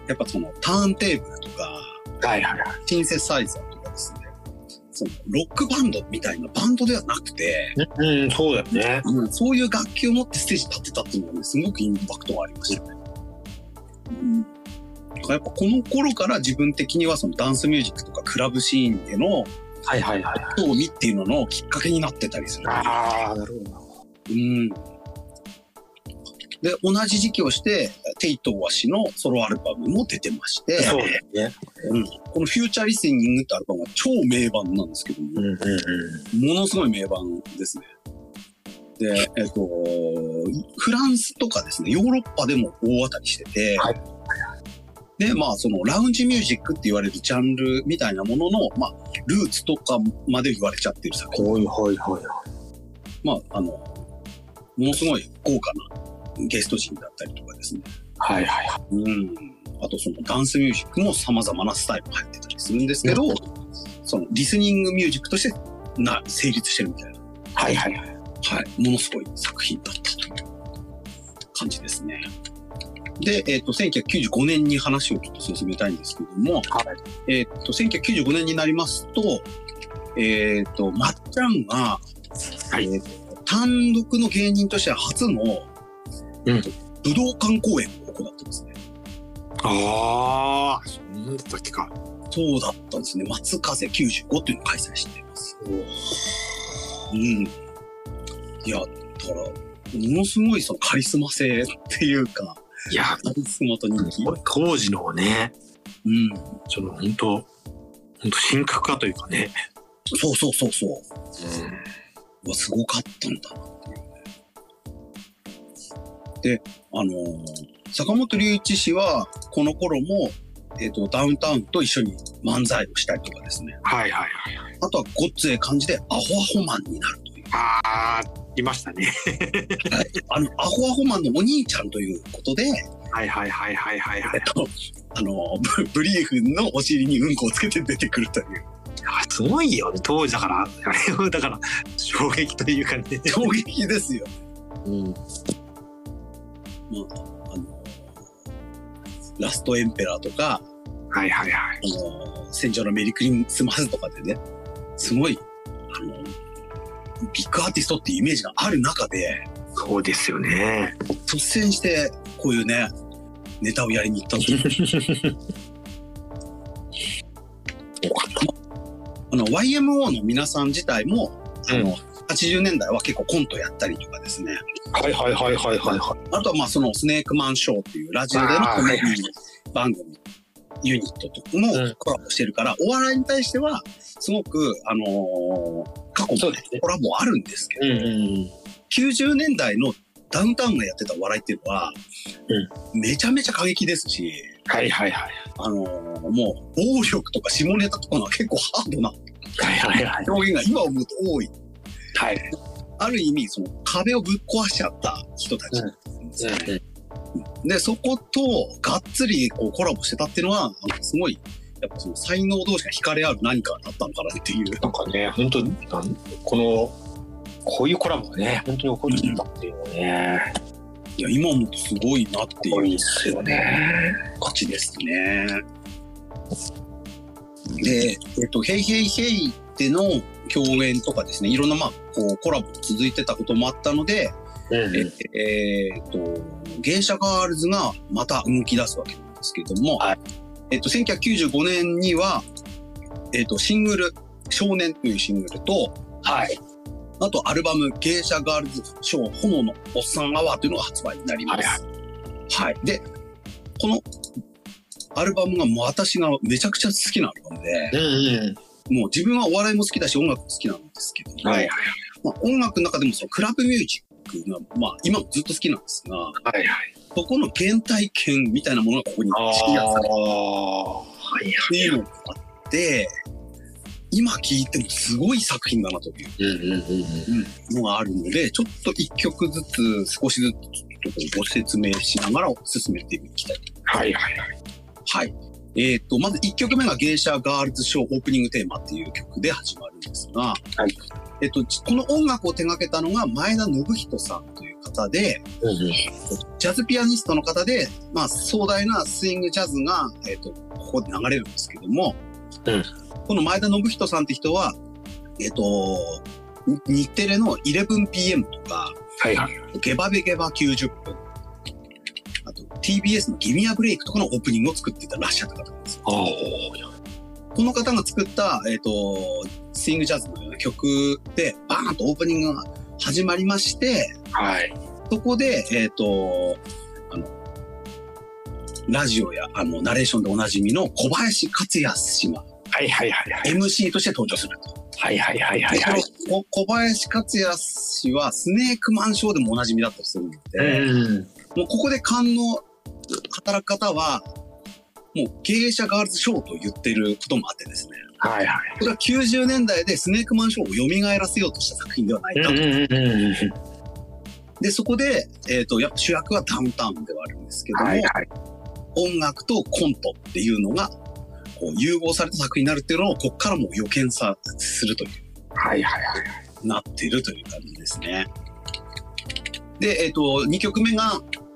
S1: やっぱそのターンテーブルとか、
S2: ん。はいはいはい。
S1: シンセサイザーとかですね、そのロックバンドみたいなバンドではなくて、
S2: うんうん、そうだよね。
S1: うんそういう楽器を持ってステージ立ってたっていうのがね、すごくインパクトがありましたね。だからやっぱこの頃から自分的にはそのダンスミュージックとかクラブシーンでの
S2: はいはいはい。
S1: 興味っていうののきっかけになってたりする。
S2: ああ、なるほど。
S1: うん。で、同じ時期をして、テイトワ氏のソロアルバムも出てまして、
S2: そうだよね。
S1: このフューチャーリスニングってアルバムは超名盤なんですけども、
S2: うんうんうん。
S1: ものすごい名盤ですね。で、えっと、フランスとかですね、ヨーロッパでも大当たりしてて、
S2: は
S1: で、まあ、その、ラウンジミュージックって言われるジャンルみたいなものの、まあ、ルーツとかまで言われちゃってる作品。
S2: ほいほいほいほ
S1: まあ、あの、ものすごい豪華なゲスト陣だったりとかですね。
S2: はいはいは
S1: うん。あと、その、ダンスミュージックも様々なスタイルが入ってたりするんですけど、
S2: う
S1: その、リスニングミュージックとして、な、成立してるみたいな。
S2: い。はいはいはい。
S1: はい、ものすごい作品だったという感じですね。で、えっ、と、1995年に話をちょっと進めたいんですけども、
S2: はい
S1: えっ、と、1995年になりますと、えっ、と、まっちゃんが、
S2: はい
S1: えー単独の芸人としては初の、
S2: うん
S1: 武道館公演を行ってますね。
S2: ああ、そんだったっけか。
S1: そうだったんですね。松風95っていうのを開催しています。うん。いや、だから、ものすごいそのカリスマ性っていうか、
S2: いや、
S1: カリスマと人気。
S2: 当時のね、
S1: うん。
S2: その本当、本当神格化というかね。
S1: そうそうそうそう。うわすごかったんだなっていうね。で、あのー坂本龍一氏は、この頃も、えっ、と、ダウンタウンと一緒に漫才をしたりとかですね。
S2: はいはいはい。
S1: あとは、ごっつええ感じで、アホアホマンになるという。
S2: ああ、いましたね。
S1: あの、アホアホマンのお兄ちゃんということで、
S2: はいはいはいはいはいは
S1: えっ
S2: い。
S1: と、あの、ブブリーフのお尻にうんこをつけて出てくるという、
S2: あすごいよね。当時だから、あれはだから、衝撃というかね。
S1: 衝撃ですよ。
S2: うん。
S1: まあ、あの、ラストエンペラーとか、
S2: はいはいはい。
S1: あの、戦場のメリークリスマスとかでね、すごい、あの、ビッグアーティストっていうイメージがある中で、
S2: そうですよね。
S1: 率先して、こういうね、ネタをやりに行ったんです よあの、YMO の皆さん自体も、あの、
S2: うん
S1: 80年代は結構コントやったりとかですね。
S2: はいはいはいはいはいは
S1: あとはまあそのスネークマンショーっていうラジオでのコメディ番組、ユニットとも
S2: うん
S1: コラボしてるから、お笑いに対してはすごく、あのー過去
S2: い。
S1: も
S2: ですね。
S1: コラボあるんですけど、
S2: うんうん。
S1: 90年代のダウンタウンがやってたお笑いっていうのは、めちゃめちゃ過激ですし、
S2: はいはいはい。
S1: あのーもう暴力とか下ネタとかのは結構ハードな
S2: はいはいはい。
S1: 表現が今思うと多い。
S2: はい。
S1: ある意味、その壁をぶっ壊しちゃった人たちなんですよね。で、そことがっつりこうコラボしてたっていうのは、あのすごい、やっぱその才能同士が惹かれ合う何かだったのかなっていう。
S2: なんかね、本当なんこの、こういうコラボがね、本当に起こってたっていうのね。
S1: いや、今もすごいなって
S2: 多
S1: い
S2: いうですよね。
S1: 価値ですね。で、えっと、ヘイヘイヘイでの共演とかですね、いろんなまあ、こうコラボ続いてたこともあったので、
S2: うん
S1: ええーっと、芸者ガールズがまた動き出すわけなんですけども、
S2: はい
S1: えっと、1995年には、えっと、シングル、少年というシングルと、
S2: はい。
S1: あとアルバム、芸者ガールズショー、炎のおっさんアワーというのが発売になります。はい、で、このアルバムがもう私がめちゃくちゃ好きなアルバムで、
S2: うんうん。
S1: もう自分はお笑いも好きだし音楽も好きなんですけども、
S2: はいはい。
S1: まあ、音楽の中でもそのクラブミュージックが、まあ、今もずっと好きなんですが、
S2: はいはい。
S1: そこの原体験みたいなものがここに
S2: ああ
S1: 敷き出されてる
S2: はい
S1: っ
S2: は
S1: ていうのがあって、今聴いてもすごい作品だなとい
S2: い。うんうんうんうん。
S1: うのがあるので、ちょっと一曲ずつ少しずつちょっとこうご説明しながら進めていきたい。
S2: はいはいはい。
S1: はい。えっ、と、まず1曲目が芸者ガールズショーオープニングテーマっていう曲で始まるんですが、
S2: い
S1: えっと、この音楽を手掛けたのが前田信人さんという方で、
S2: うんうん。
S1: ジャズピアニストの方で、まあ、壮大なスイングジャズが、えっとここで流れるんですけども、
S2: うん
S1: この前田信人さんって人は、えっとに日テレの 11pm とか
S2: はいはい。
S1: 「ゲバベゲバ90分」あと TBS の「ギミアブレイク」とかのオープニングを作っていたらっしゃった方なんですよ
S2: ああ。
S1: この方が作った、えっとスイングジャズのような曲でバーンとオープニングが始まりまして
S2: はい。
S1: そこで、えっ、と、あの、ラジオや、あの、ナレーションでおなじみの小林克也氏が
S2: はいはいはいはい。
S1: MC として登場すると。
S2: はいはいはいはいは
S1: で
S2: い。
S1: この小林克也氏はスネークマンショーでもおなじみだったりするので、
S2: うん。
S1: もうここで勘の働き方は、もう経営者ガールズショーと言ってることもあってですね、
S2: はいはい。
S1: これは90年代でスネークマンショーを蘇らせようとした作品ではないかと。
S2: うんうん。
S1: で、そこで、えっ、と、やっぱ主役はダウンタウンではあるんですけども、
S2: はいはい。
S1: 音楽とコントっていうのがこう融合された作品になるっていうのをこっからもう予見さするとい
S2: はいはいはい。
S1: うなっているという感じですね。で、えっと2曲目が、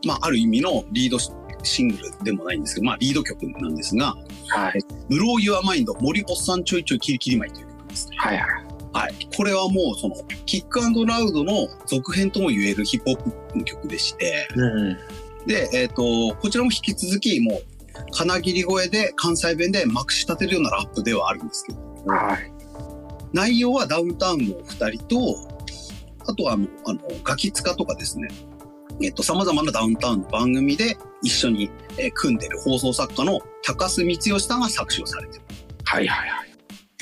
S1: まあ、ある意味のリードシングルでもないんですけど、まあ、リード曲なんですが
S2: はい
S1: 「ブロー・ユア・マインド森おっさんちょいちょいキリキリマイ」という曲ですね。
S2: はいはい。
S1: はい、これはもうそのキックラウドの続編とも言えるヒップホップの曲でして、
S2: うん。
S1: で、えっ、と、こちらも引き続き、もう、金切り声で関西弁でまくし立てるようなラップではあるんですけど、
S2: はい。
S1: 内容はダウンタウンのお二人と、あとはあの、あのガキツカとかですね、えっ、と、様々なダウンタウンの番組で一緒に、えー組んでる放送作家の高須光義さんが作詞をされてる。
S2: はいはいはい。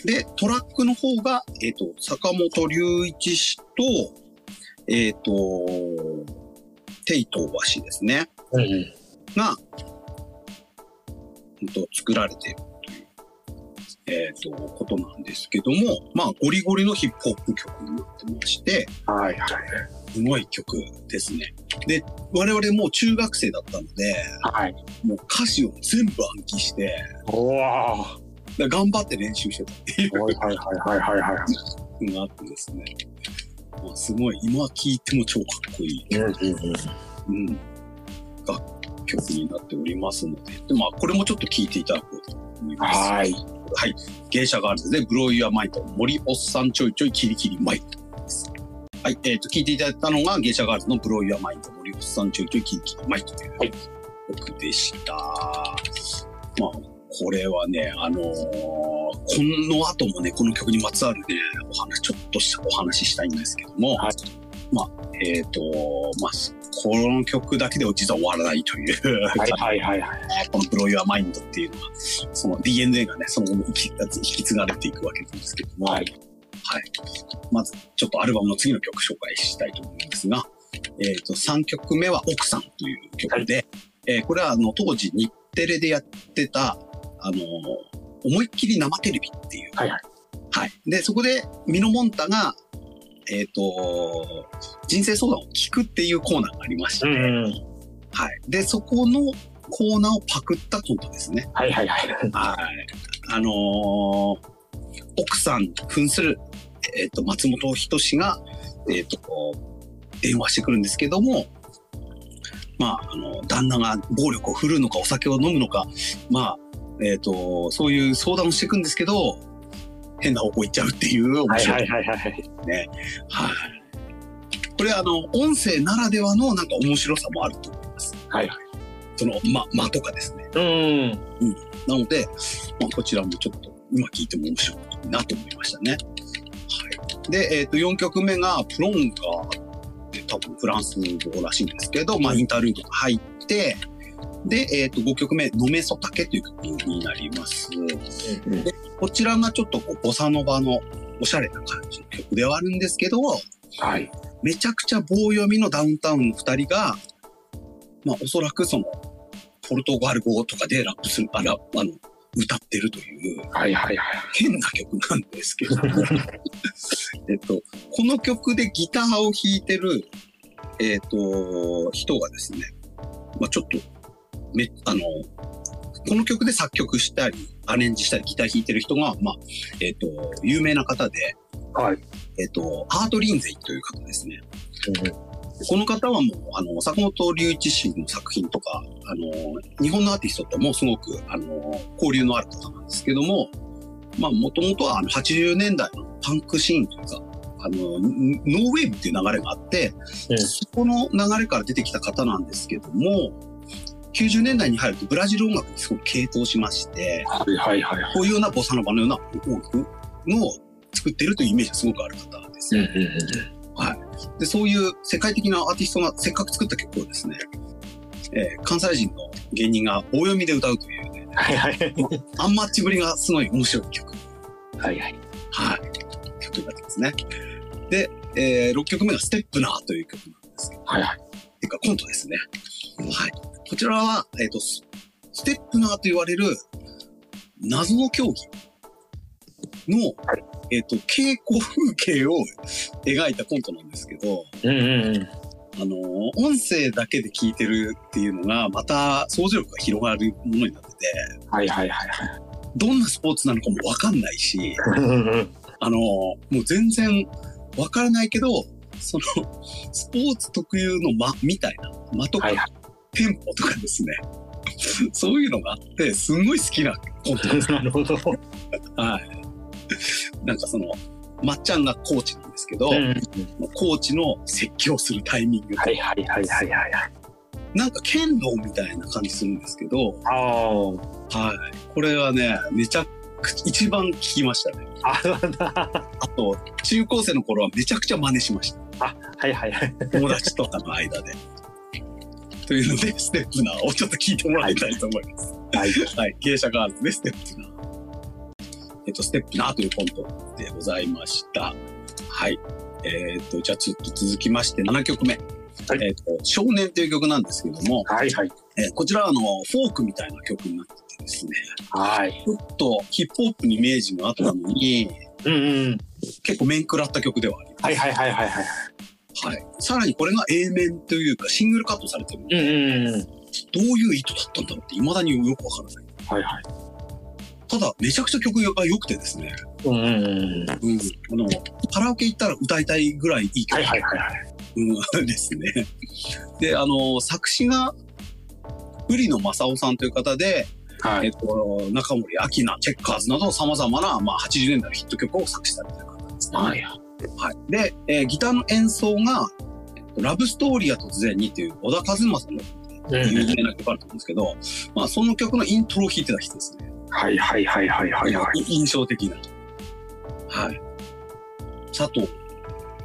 S1: で、トラックの方が、えっ、と、坂本龍一氏と、えっ、と、テイトー和氏ですね。
S2: うん。
S1: が、うんと、作られているという、えー、とことなんですけども、まあ、ゴリゴリのヒップホップ曲になってまして、
S2: はいはい。
S1: すごい曲ですね。で、我々もう中学生だったので、
S2: はい。
S1: もう歌詞を全部暗記して、
S2: おお。は
S1: だ頑張って練習してたっていう
S2: いはいはいはいはいは
S1: のがあってですね。まあ、すごい、今聴いても超かっこいい
S2: い。うんうんうん。
S1: うん、楽曲になっておりますので、でまあ、これもちょっと聴いていただこうと思います。
S2: はい。
S1: はい。芸者ガールズで、ブローイヤーマイト、森おっさんちょいちょいキリキリマイトです。はい。えっ、と、聞いていただいたのが、芸者ガールズのブローイヤーマイト、森おっさんちょいちょいキリキリマイトという
S2: はい
S1: 曲でした。まあ、これはね、あのーこの後もね、この曲にまつわるね、お話、ちょっとしたお話ししたいんですけども、
S2: はい
S1: まあ、えっ、と、まあ、この曲だけでは実は終わらないという、
S2: はいはいはいはい。
S1: この「ブロイ・ア・マインド」っていうのはその DNA がねその後も引き引き継がれていくわけなんですけども、
S2: はい
S1: はいまずちょっとアルバムの次の曲紹介したいと思うんですが、えー、と3曲目は「奥さん」という曲で、えーこれはあの当時日テレでやってたあのー思いっきり生テレビっていう、
S2: はいはい
S1: はいでそこでミノモンタが、えー、と人生相談を聞くっていうコーナーがありまして、
S2: んうん。
S1: はい、でそこのコーナーをパクったコントですね。
S2: はいはいはい。
S1: はい。あのー奥さん扮する、えっ、と、松本人志が、えっ、と、電話してくるんですけども、まあ、あの、旦那が暴力を振るうのか、お酒を飲むのか、まあ、えっ、と、そういう相談をしていくんですけど、変な方向行っちゃうっていう面
S2: はい
S1: 白い。
S2: は
S1: はい
S2: いはいはい。
S1: これ、あの、音声ならではのなんか面白さもあると思います。
S2: はい
S1: その、ま、間とかですね。
S2: うん。
S1: なので、まあ、こちらもちょっと今聞いても面白いなと思いましたね。はい、で、えっと4曲目がプロンガーって多分フランス語らしいんですけど、まあ、インタールードが入ってで、えっと5曲目「のめそたけ」という曲になります。こちらがちょっとこうボサノバのおしゃれな感じの曲ではあるんですけど、
S2: はい。
S1: めちゃくちゃ棒読みのダウンタウンの二人が、まあおそらくその、ポルトガル語とかでラップする、あら、あの、歌ってるという
S2: はいはいはい。
S1: 変な曲なんですけど、えっと、この曲でギターを弾いてる、えっと、人がですね、まあちょっと、め、あの、この曲で作曲したり、アレンジしたり、ギター弾いてる人が、まあ、えっと、有名な方で、
S2: はい。
S1: えっと、アート・リンゼイという方ですね。この方はもう、あの、坂本龍一氏の作品とか、あの、日本のアーティストともすごく、あの、交流のある方なんですけども、まあ、もともとは、あの、80年代のパンクシーンというか、あの、ノーウェーブっていう流れがあって、
S2: うん
S1: そこの流れから出てきた方なんですけども、90年代に入るとブラジル音楽にすごく傾倒しまして、
S2: はいはいはいはい。
S1: こういうようなボサノバのような音楽の作ってるというイメージがすごくある方ですね。
S2: うんうん
S1: で、そういう世界的なアーティストがせっかく作った曲をですね、えー関西人の芸人が棒読みで歌うというね、
S2: うん。はいはい。
S1: アンマッチぶりがすごい面白い曲。
S2: はいはい。
S1: はい。曲になってますね。で、え6曲目がステップナーという曲なんですけど、
S2: はいはい。
S1: ていうかコントですね。はい。こちらは、えっ、と、スステップナーと言われる謎の競技の、
S2: はい
S1: えっ、と、傾向風景を描いたコントなんですけど、
S2: うんうんうん。
S1: あの、音声だけで聞いてるっていうのが、また想像力が広がるものになってて、
S2: はいはいはいはい。
S1: どんなスポーツなのかもわかんないし、
S2: うんうんうん。
S1: あの、もう全然わからないけど、その、スポーツ特有の間みたいな、間とか
S2: はいは
S1: テンポとかですね、そういうのがあって、すんごい好きなコントです。
S2: い。なるほど。
S1: はい。なんかその、まっちゃんがコーチなんですけど、
S2: うんうんうん。
S1: コーチの説教するタイミングとか
S2: はいはいはいはいはいはい。
S1: なんか剣道みたいな感じするんですけど、
S2: ああ。
S1: はい。これはね、めちゃくちゃ、一番聞きましたね。
S2: あそうだ。
S1: あと、中高生の頃はめちゃくちゃ真似しました。
S2: はいはいはい。
S1: 友達とかの間で。 というので、ステップナーをちょっと聞いてもらいたいと思います。
S2: はい。
S1: はい。芸者ガールズでステップナー。えっと、ステップナーというコントでございました。はい。えーっと、じゃあ、ちょっと続きまして、7曲目。
S2: い
S1: えーっと、少年という曲なんですけども、
S2: はいはい。
S1: えーこちらはあの、フォークみたいな曲になっててですね、
S2: はい。
S1: ちょっとヒップホップにイメージがあったのに、
S2: うんうん。
S1: 結構面食らった曲ではあります。
S2: はいはいはいはいはい。
S1: はい。さらにこれが A 面というかシングルカットされてる。
S2: うんうんうん。
S1: どういう意図だったんだろうって未だによくわからない。
S2: はいはい。
S1: ただ、めちゃくちゃ曲が良くてですね。
S2: うんうんうん。
S1: うん。あの、カラオケ行ったら歌いたいぐらいいい曲、
S2: はいはいはいはい。
S1: うん、 ですね。で、あの、作詞が、瓜野正夫さんという方で、
S2: は
S1: え
S2: い。
S1: っと、中森明菜、チェッカーズなど様々な、まあ、80年代のヒット曲を作詞されてる方ですね。
S2: はい。
S1: はい。で、えーギターの演奏が、えっとラブストーリーは突然にっていう小田和正さんの
S2: うんう
S1: 有
S2: ん
S1: 名な曲あると思うんですけど、まあその曲のイントロを弾いてた人ですね。
S2: はいはいはいはいはいはい。
S1: 印象的な。はい。佐藤、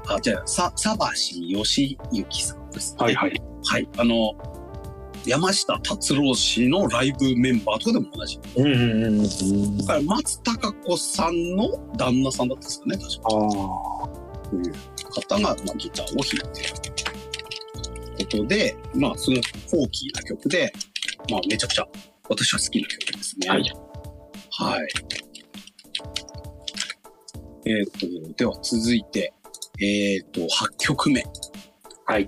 S1: あ、じゃあ、さ、サバシヨシユキさんです、
S2: はいはい。
S1: はい。あの、山下達郎氏のライブメンバーとかでも同じ。
S2: うんうんうんうん。
S1: だから松たか子さんの旦那さんだったんですかね、確か。
S2: ああ。
S1: という方が、まあ、ギターを弾いてることで、まあ、すごくフォーキーな曲で、まあ、めちゃくちゃ私は好きな曲ですね。
S2: はい。
S1: はい。えっ、と、では続いて、えっ、と、8曲目、
S2: はい。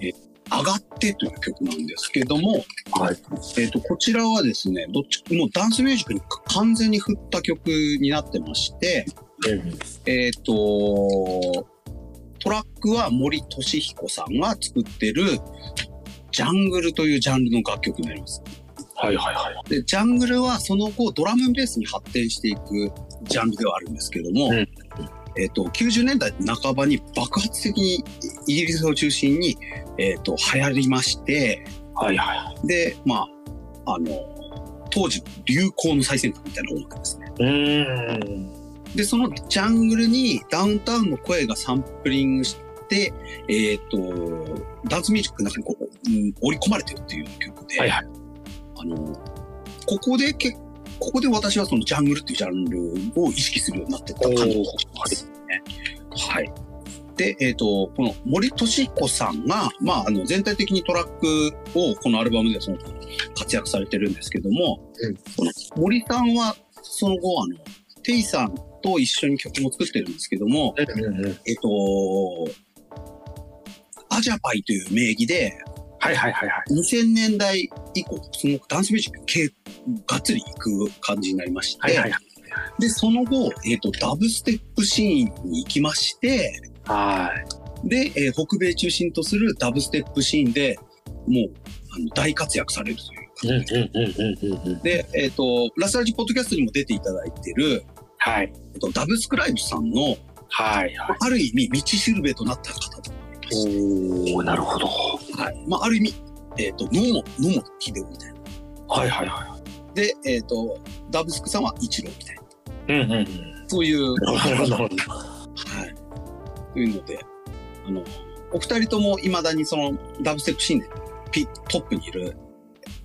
S1: 上がってという曲なんですけども、
S2: はい。
S1: えっ、と、こちらはですね、どっち、もうダンスミュージックに完全に振った曲になってまして、えっ、と、トラックは森俊彦さんが作ってる、ジャングルというジャンルの楽曲になります。
S2: はいはいは
S1: で、ジャングルはその後ドラムベースに発展していくジャンルではあるんですけども、
S2: うん
S1: えっ、と、90年代半ばに爆発的にイギリスを中心に、えっ、と、流行りまして、
S2: い。はいは
S1: で、まあ、あの、当時の流行の最先端みたいな音楽ですね。
S2: い。うん。
S1: で、そのジャングルにダウンタウンの声がサンプリングして、えっ、と、ダンスミュージックの中にこう、うん、織り込まれてるっていう曲で、
S2: はいはい。
S1: あの、ここでけ、ここで私はそのジャングルっていうジャンルを意識するようになってった感じがしますね。はい。で、えっ、と、この森俊子さんが、まあ、あの、全体的にトラックをこのアルバムではその活躍されてるんですけども、
S2: うん
S1: この森さんはその後、あの、テイさんと一緒に曲も作ってるんですけども、えっ、と、アジャパイという名義で、
S2: はいはいはいはい。
S1: 2000年代以降、すごくダンスミュージック系、がっつり行く感じになりまして、
S2: はいはいはい。
S1: で、その後、えっ、と、ダブステップシーンに行きまして、
S2: はい。
S1: で、えー北米中心とするダブステップシーンでもうあの大活躍されるという
S2: うんうんうんうんうんうん。
S1: で、えっとラスラジポッドキャストにも出ていただいてる、
S2: はい。
S1: えっとダブスクライブさんの
S2: はいはい。
S1: ある意味道しるべとなった方と、
S2: おおなるほど。
S1: はいまあ、ある意味、えっと野茂野茂秀夫みたいな
S2: はいはいは。
S1: で、えっとダブスクさんは一郎みたいない
S2: うんうんうん。
S1: そういう、は
S2: なるほどなるほど。
S1: い、というのであのお二人ともいまだにそのダブステップシーンでピトップにいる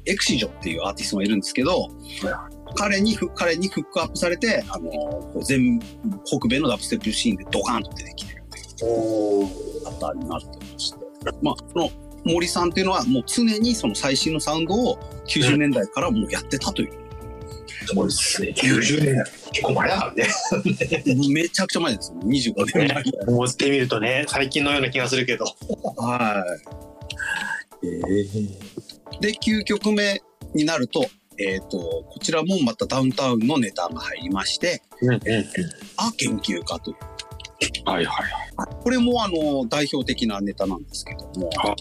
S1: エクシジョっていうアーティストがいるんですけど、彼にフ、彼にフックアップされて、あの、こう全、北米のダブステップシーンでドカンと出てきてるっていう
S2: おお。
S1: 方になってまして。まあ、その、森さんっていうのはもう常にその最新のサウンドを90年代からもうやってたという、
S2: すごいですね。90年代。結構前だからね。
S1: めちゃくちゃ前ですよ。25年前。
S2: 思ってみるとね、最近のような気がするけど。
S1: は
S2: ええ
S1: い。で、9曲目になると、えっ、と、こちらもまたダウンタウンのネタが入りまして、
S2: うんうんうん。
S1: あ、研究家という。
S2: はいはい。
S1: これもあの、代表的なネタなんですけども。
S2: あ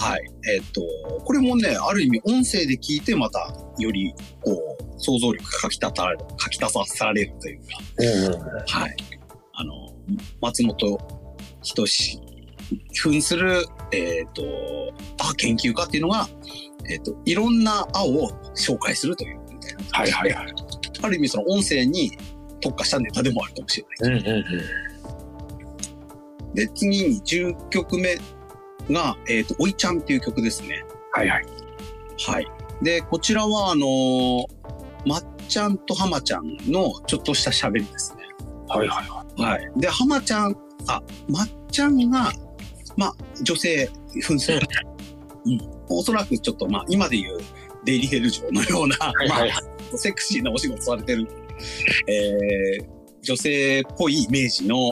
S1: はい。えっ、と、これもね、ある意味音声で聞いてまた、より、こう、想像力がかきたた、かきたさされるというか、
S2: うんうん。
S1: はい。あの、松本人志扮する、えっ、と、あ、研究家っていうのが、えっ、と、いろんな青を紹介するという、みたいな。
S2: はいはいはい。
S1: ある意味その音声に特化したネタでもあるかもしれない。
S2: うんうんうん。
S1: で、次に10曲目が、えっ、と、おいちゃんっていう曲ですね。
S2: はいはい。
S1: はい。で、こちらは、あのーまっちゃんとはまちゃんのちょっとした喋りですね。
S2: はいはいは
S1: はい。で、はまちゃん、あ、まっちゃんが、まあ、女性、扮する。うん。おそらくちょっと、まあ、今で言う、デイリーヘル嬢のような、
S2: い。
S1: ま
S2: いはい。
S1: あ、セクシーなお仕事されてる、えー、女性っぽいイメージの、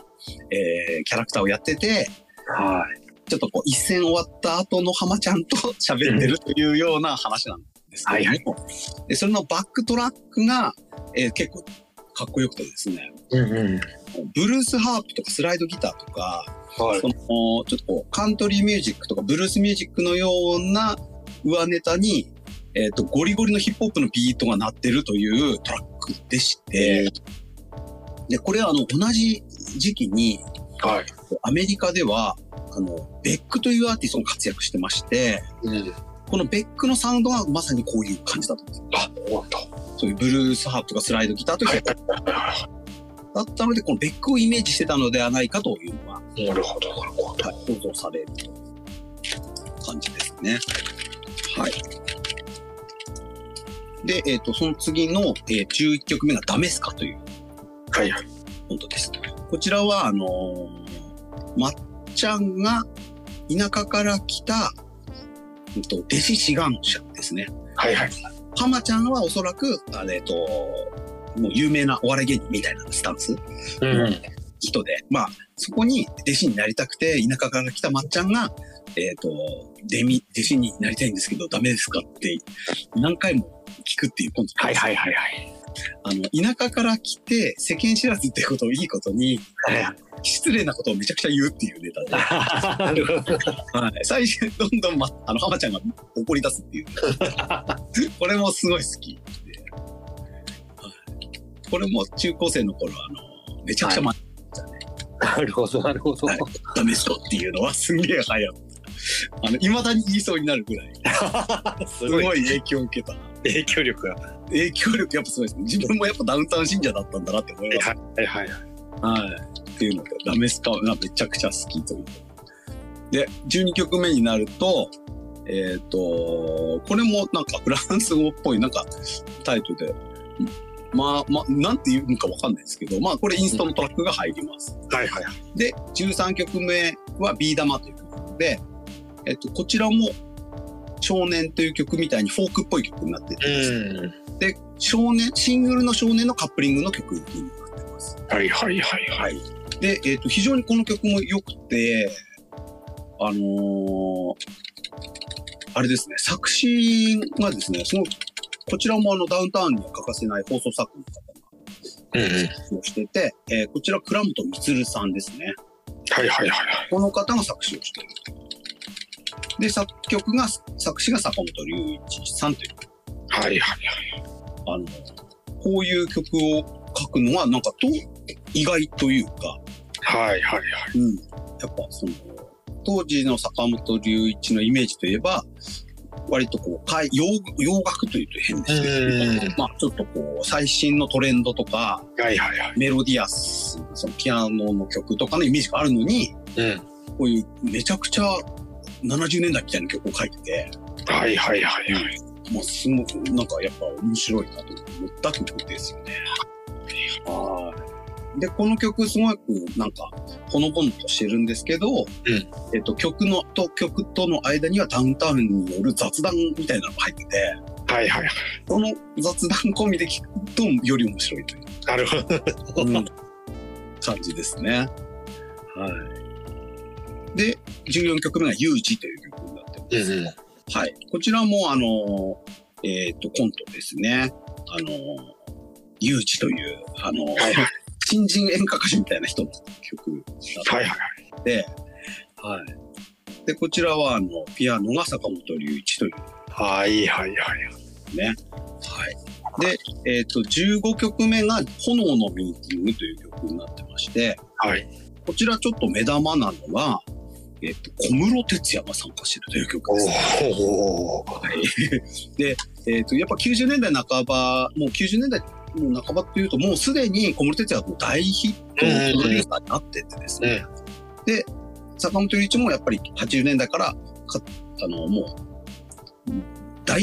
S1: えー、キャラクターをやってて、
S2: はい。
S1: ちょっとこう、一戦終わった後の浜ちゃんと 喋ってるというような話なんですけども、
S2: はいは
S1: でそれのバックトラックが、えー結構かっこよくてですね、
S2: うんうん。
S1: ブルースハープとかスライドギターとか、
S2: はい
S1: そ。のちょっとこう、カントリーミュージックとかブルースミュージックのような上ネタに、えっ、と、ゴリゴリのヒップホップのビートが鳴ってるというトラックでして、で、これはあの、同じ時期に、
S2: はい。
S1: アメリカでは、あの、ベックというアーティストが活躍してまして、
S2: うん。
S1: このベックのサウンドがまさにこういう感じだと思うんですよ。
S2: あ、終わった。
S1: そういうブルースハープとかスライドギターとか
S2: は
S1: だ
S2: いは。
S1: ったので、このベックをイメージしてたのではないかというのは、はい
S2: なるほどなるほど。
S1: い、想像されるという感じですね。はい。で、えっ、と、その次の、えー11曲目がダメスカという
S2: はいはい。
S1: コントです。こちらは、あのーまっちゃんが田舎から来た、うんと、弟子志願者ですね。
S2: はいはい。
S1: ハマちゃんはおそらく、あれえっと、もう有名なお笑い芸人みたいなスタンス、
S2: うんうん。
S1: 人で、まあ、そこに弟子になりたくて、田舎から来たまっちゃんが、えっ、と、デミ、弟子になりたいんですけど、ダメですかって、何回も聞くっていうコント。
S2: はいはいはいはい。
S1: あの、田舎から来て、世間知らずっていうことをいいことに、失礼なことをめちゃくちゃ言うっていうネタで、
S2: なるほど。
S1: はい、最終、どんどん、ま、あの、浜ちゃんが怒り出すっ ていう。これもすごい好きで。はいこれも中高生の頃、あの、めちゃくちゃ、ま
S2: なるほどなるほど。
S1: はいダメそうっていうのはすんげえ早かった。あの、未だに言いそうになるぐらい、
S2: す
S1: すごい影響を受けた。
S2: 影響力が。は
S1: 影響力やっぱすごいですね。自分もやっぱダウンタウン信者だったんだなって思います。
S2: いは
S1: は
S2: い。
S1: い。っていうので、ラメスカがめちゃくちゃ好きという。で、12曲目になると、えっ、と、これもなんかフランス語っぽいなんかタイトルで、まあ、まあ、なんていうのかわかんないですけど、まあ、これインストのトラックが入ります。
S2: はいはいはい。
S1: で、13曲目はビー玉という曲で、えっと、こちらも少年という曲みたいにフォークっぽい曲になってて、
S2: うん。
S1: で、少年、シングルの少年のカップリングの曲になってます。
S2: はいはいはいはい。
S1: で、えっ、と、非常にこの曲も良くて、あのーあれですね、作詞がですね、すごく、こちらもあの、ダウンタウンには欠かせない放送作家の
S2: うんうん。
S1: 方がをしてて、えーこちら、倉本光さんですね。
S2: はいはいはいはい。
S1: この方が作詞をしている。で、作曲が、作詞が坂本龍一さんという、
S2: はいはいはい。
S1: あの、こういう曲を書くのは、なんかと、意外というか、
S2: はいはいはい。
S1: うん、やっぱその当時の坂本龍一のイメージといえば割とこうかい洋洋楽というと変ですけ
S2: う
S1: ど
S2: ん、
S1: まあ、ちょっとこう最新のトレンドとか
S2: はいはいはい。
S1: メロディアスそのピアノの曲とかのイメージがあるのに
S2: うん。
S1: こういうめちゃくちゃ70年代みたいな曲を書いてて、
S2: はいはいはいはい。
S1: まあ、すごくなんかやっぱ面白いなと思った曲ですよね。はいでこの曲すごくなんかほのぼのとしてるんですけど、えっと、曲のと曲との間にはダウンタウンによる雑談みたいなのが入ってて
S2: はいはいはい。
S1: その雑談込みで聞くとより面白いという
S2: なるほど。
S1: 感じですね。はい、で14曲目が「ユージ」という曲になってます。
S2: うんうん。
S1: はい。こちらも、あのー、えっ、と、コントですね。あのー、ゆうじという、あのー
S2: はいはい
S1: 新人演歌歌手みたいな人の曲
S2: はいはい。
S1: なって、はい。で、こちらは、あの、ピアノが坂本龍一とい
S2: はいはいはい。
S1: うね。はい。で、えっ、と、15曲目が、炎のミーティングという曲になってまして、
S2: はい。
S1: こちらちょっと目玉なのが、えっ、と、小室哲也が参加してるという曲です。
S2: おお。
S1: で、えっとやっぱ90年代半ばもう90年代もう半ばっていうともうすでに小室哲也は大ヒットのプロデューサーになっててですね、で坂本龍一もやっぱり80年代からかあのもう大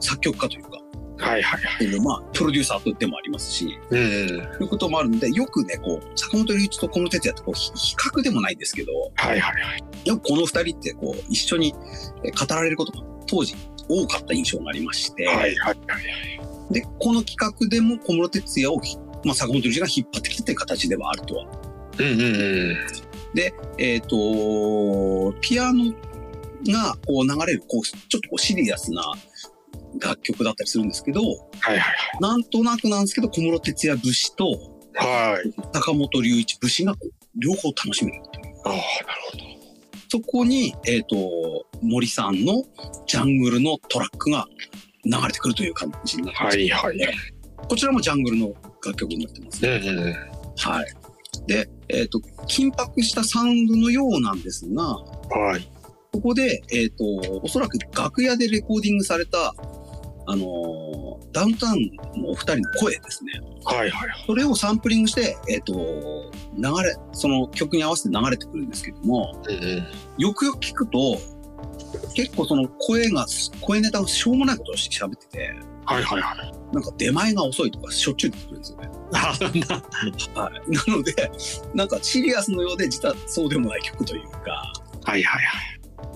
S1: 作曲家というか
S2: はいはいはい。
S1: まあプロデューサーでもありますし
S2: うんうん。
S1: ということもあるんでよくねこう坂本龍一と小室哲也ってこうひ比較でもないですけど
S2: はいはいはい。
S1: よくこの2人ってこう一緒にえ語られることが当時多かった印象がありまして。
S2: はいはいはい。
S1: で、この企画でも小室哲也をひ、まあ、坂本龍一が引っ張ってきたという形ではあるとは。
S2: うんうんうん。
S1: えっ、と、ピアノがこう流れる、こう、ちょっとこうシリアスな楽曲だったりするんですけど、
S2: はいはい
S1: なんとなくなんですけど、小室哲也節と
S2: はい。はい。
S1: 坂本龍一節がこう両方楽しめる。
S2: ああ、なる
S1: そこに、えっ、と、森さんのジャングルのトラックが流れてくるという感じになっ
S2: ほ
S1: て
S2: ど。
S1: ま
S2: は
S1: す。
S2: いはい。
S1: こちらもジャングルの楽曲になってますね
S2: うんうんうん。
S1: はい。で、えっ、と、緊迫したサウンドのようなんですが、
S2: はい。
S1: ここで、えっ、と、おそらく楽屋でレコーディングされた、あのーダウンタウンのお二人の声ですね。
S2: はいはい。
S1: それをサンプリングして、えっ、と、流れ、その曲に合わせて流れてくるんですけども、
S2: うんうん。
S1: よくよく聞くと、結構その声が、声ネタをしょうもないことを喋ってて、
S2: はいはいはい。
S1: なんか出前が遅いとかしょっちゅう出てくるんですよね。
S2: あ
S1: はい。なので、なんかシリアスのようで実はそうでもない曲というか、
S2: はいはいはい。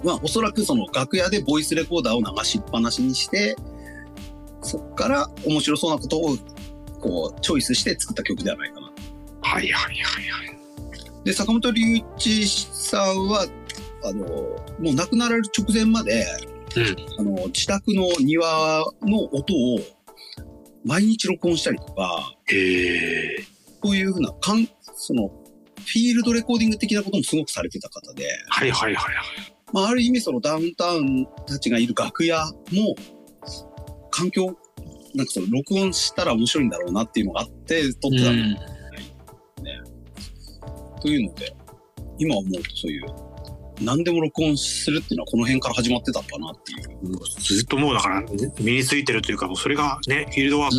S1: まあおそらくその楽屋でボイスレコーダーを流しっぱなしにして、そっから面白そうなことをこうチョイスして作った曲ではないかな。
S2: はいはいはいはい。
S1: で、坂本龍一さんは、あの、もう亡くなられる直前まで、あの、自宅の庭の音を毎日録音したりとか、
S2: ええ。
S1: こういうふうな、かんその、フィールドレコーディング的なこともすごくされてた方で、
S2: はいはいはいはい。
S1: まあ、ある意味そのダウンタウンたちがいる楽屋も、環境、なんかその録音したら面白いんだろうなっていうのがあって、撮ってたの
S2: ん。
S1: というので、今思うとそういう、何でも録音するっていうのはこの辺から始まってたのかなっていう。
S2: ずっともうだから身についてるというか、もうそれがね、フィールドワーク。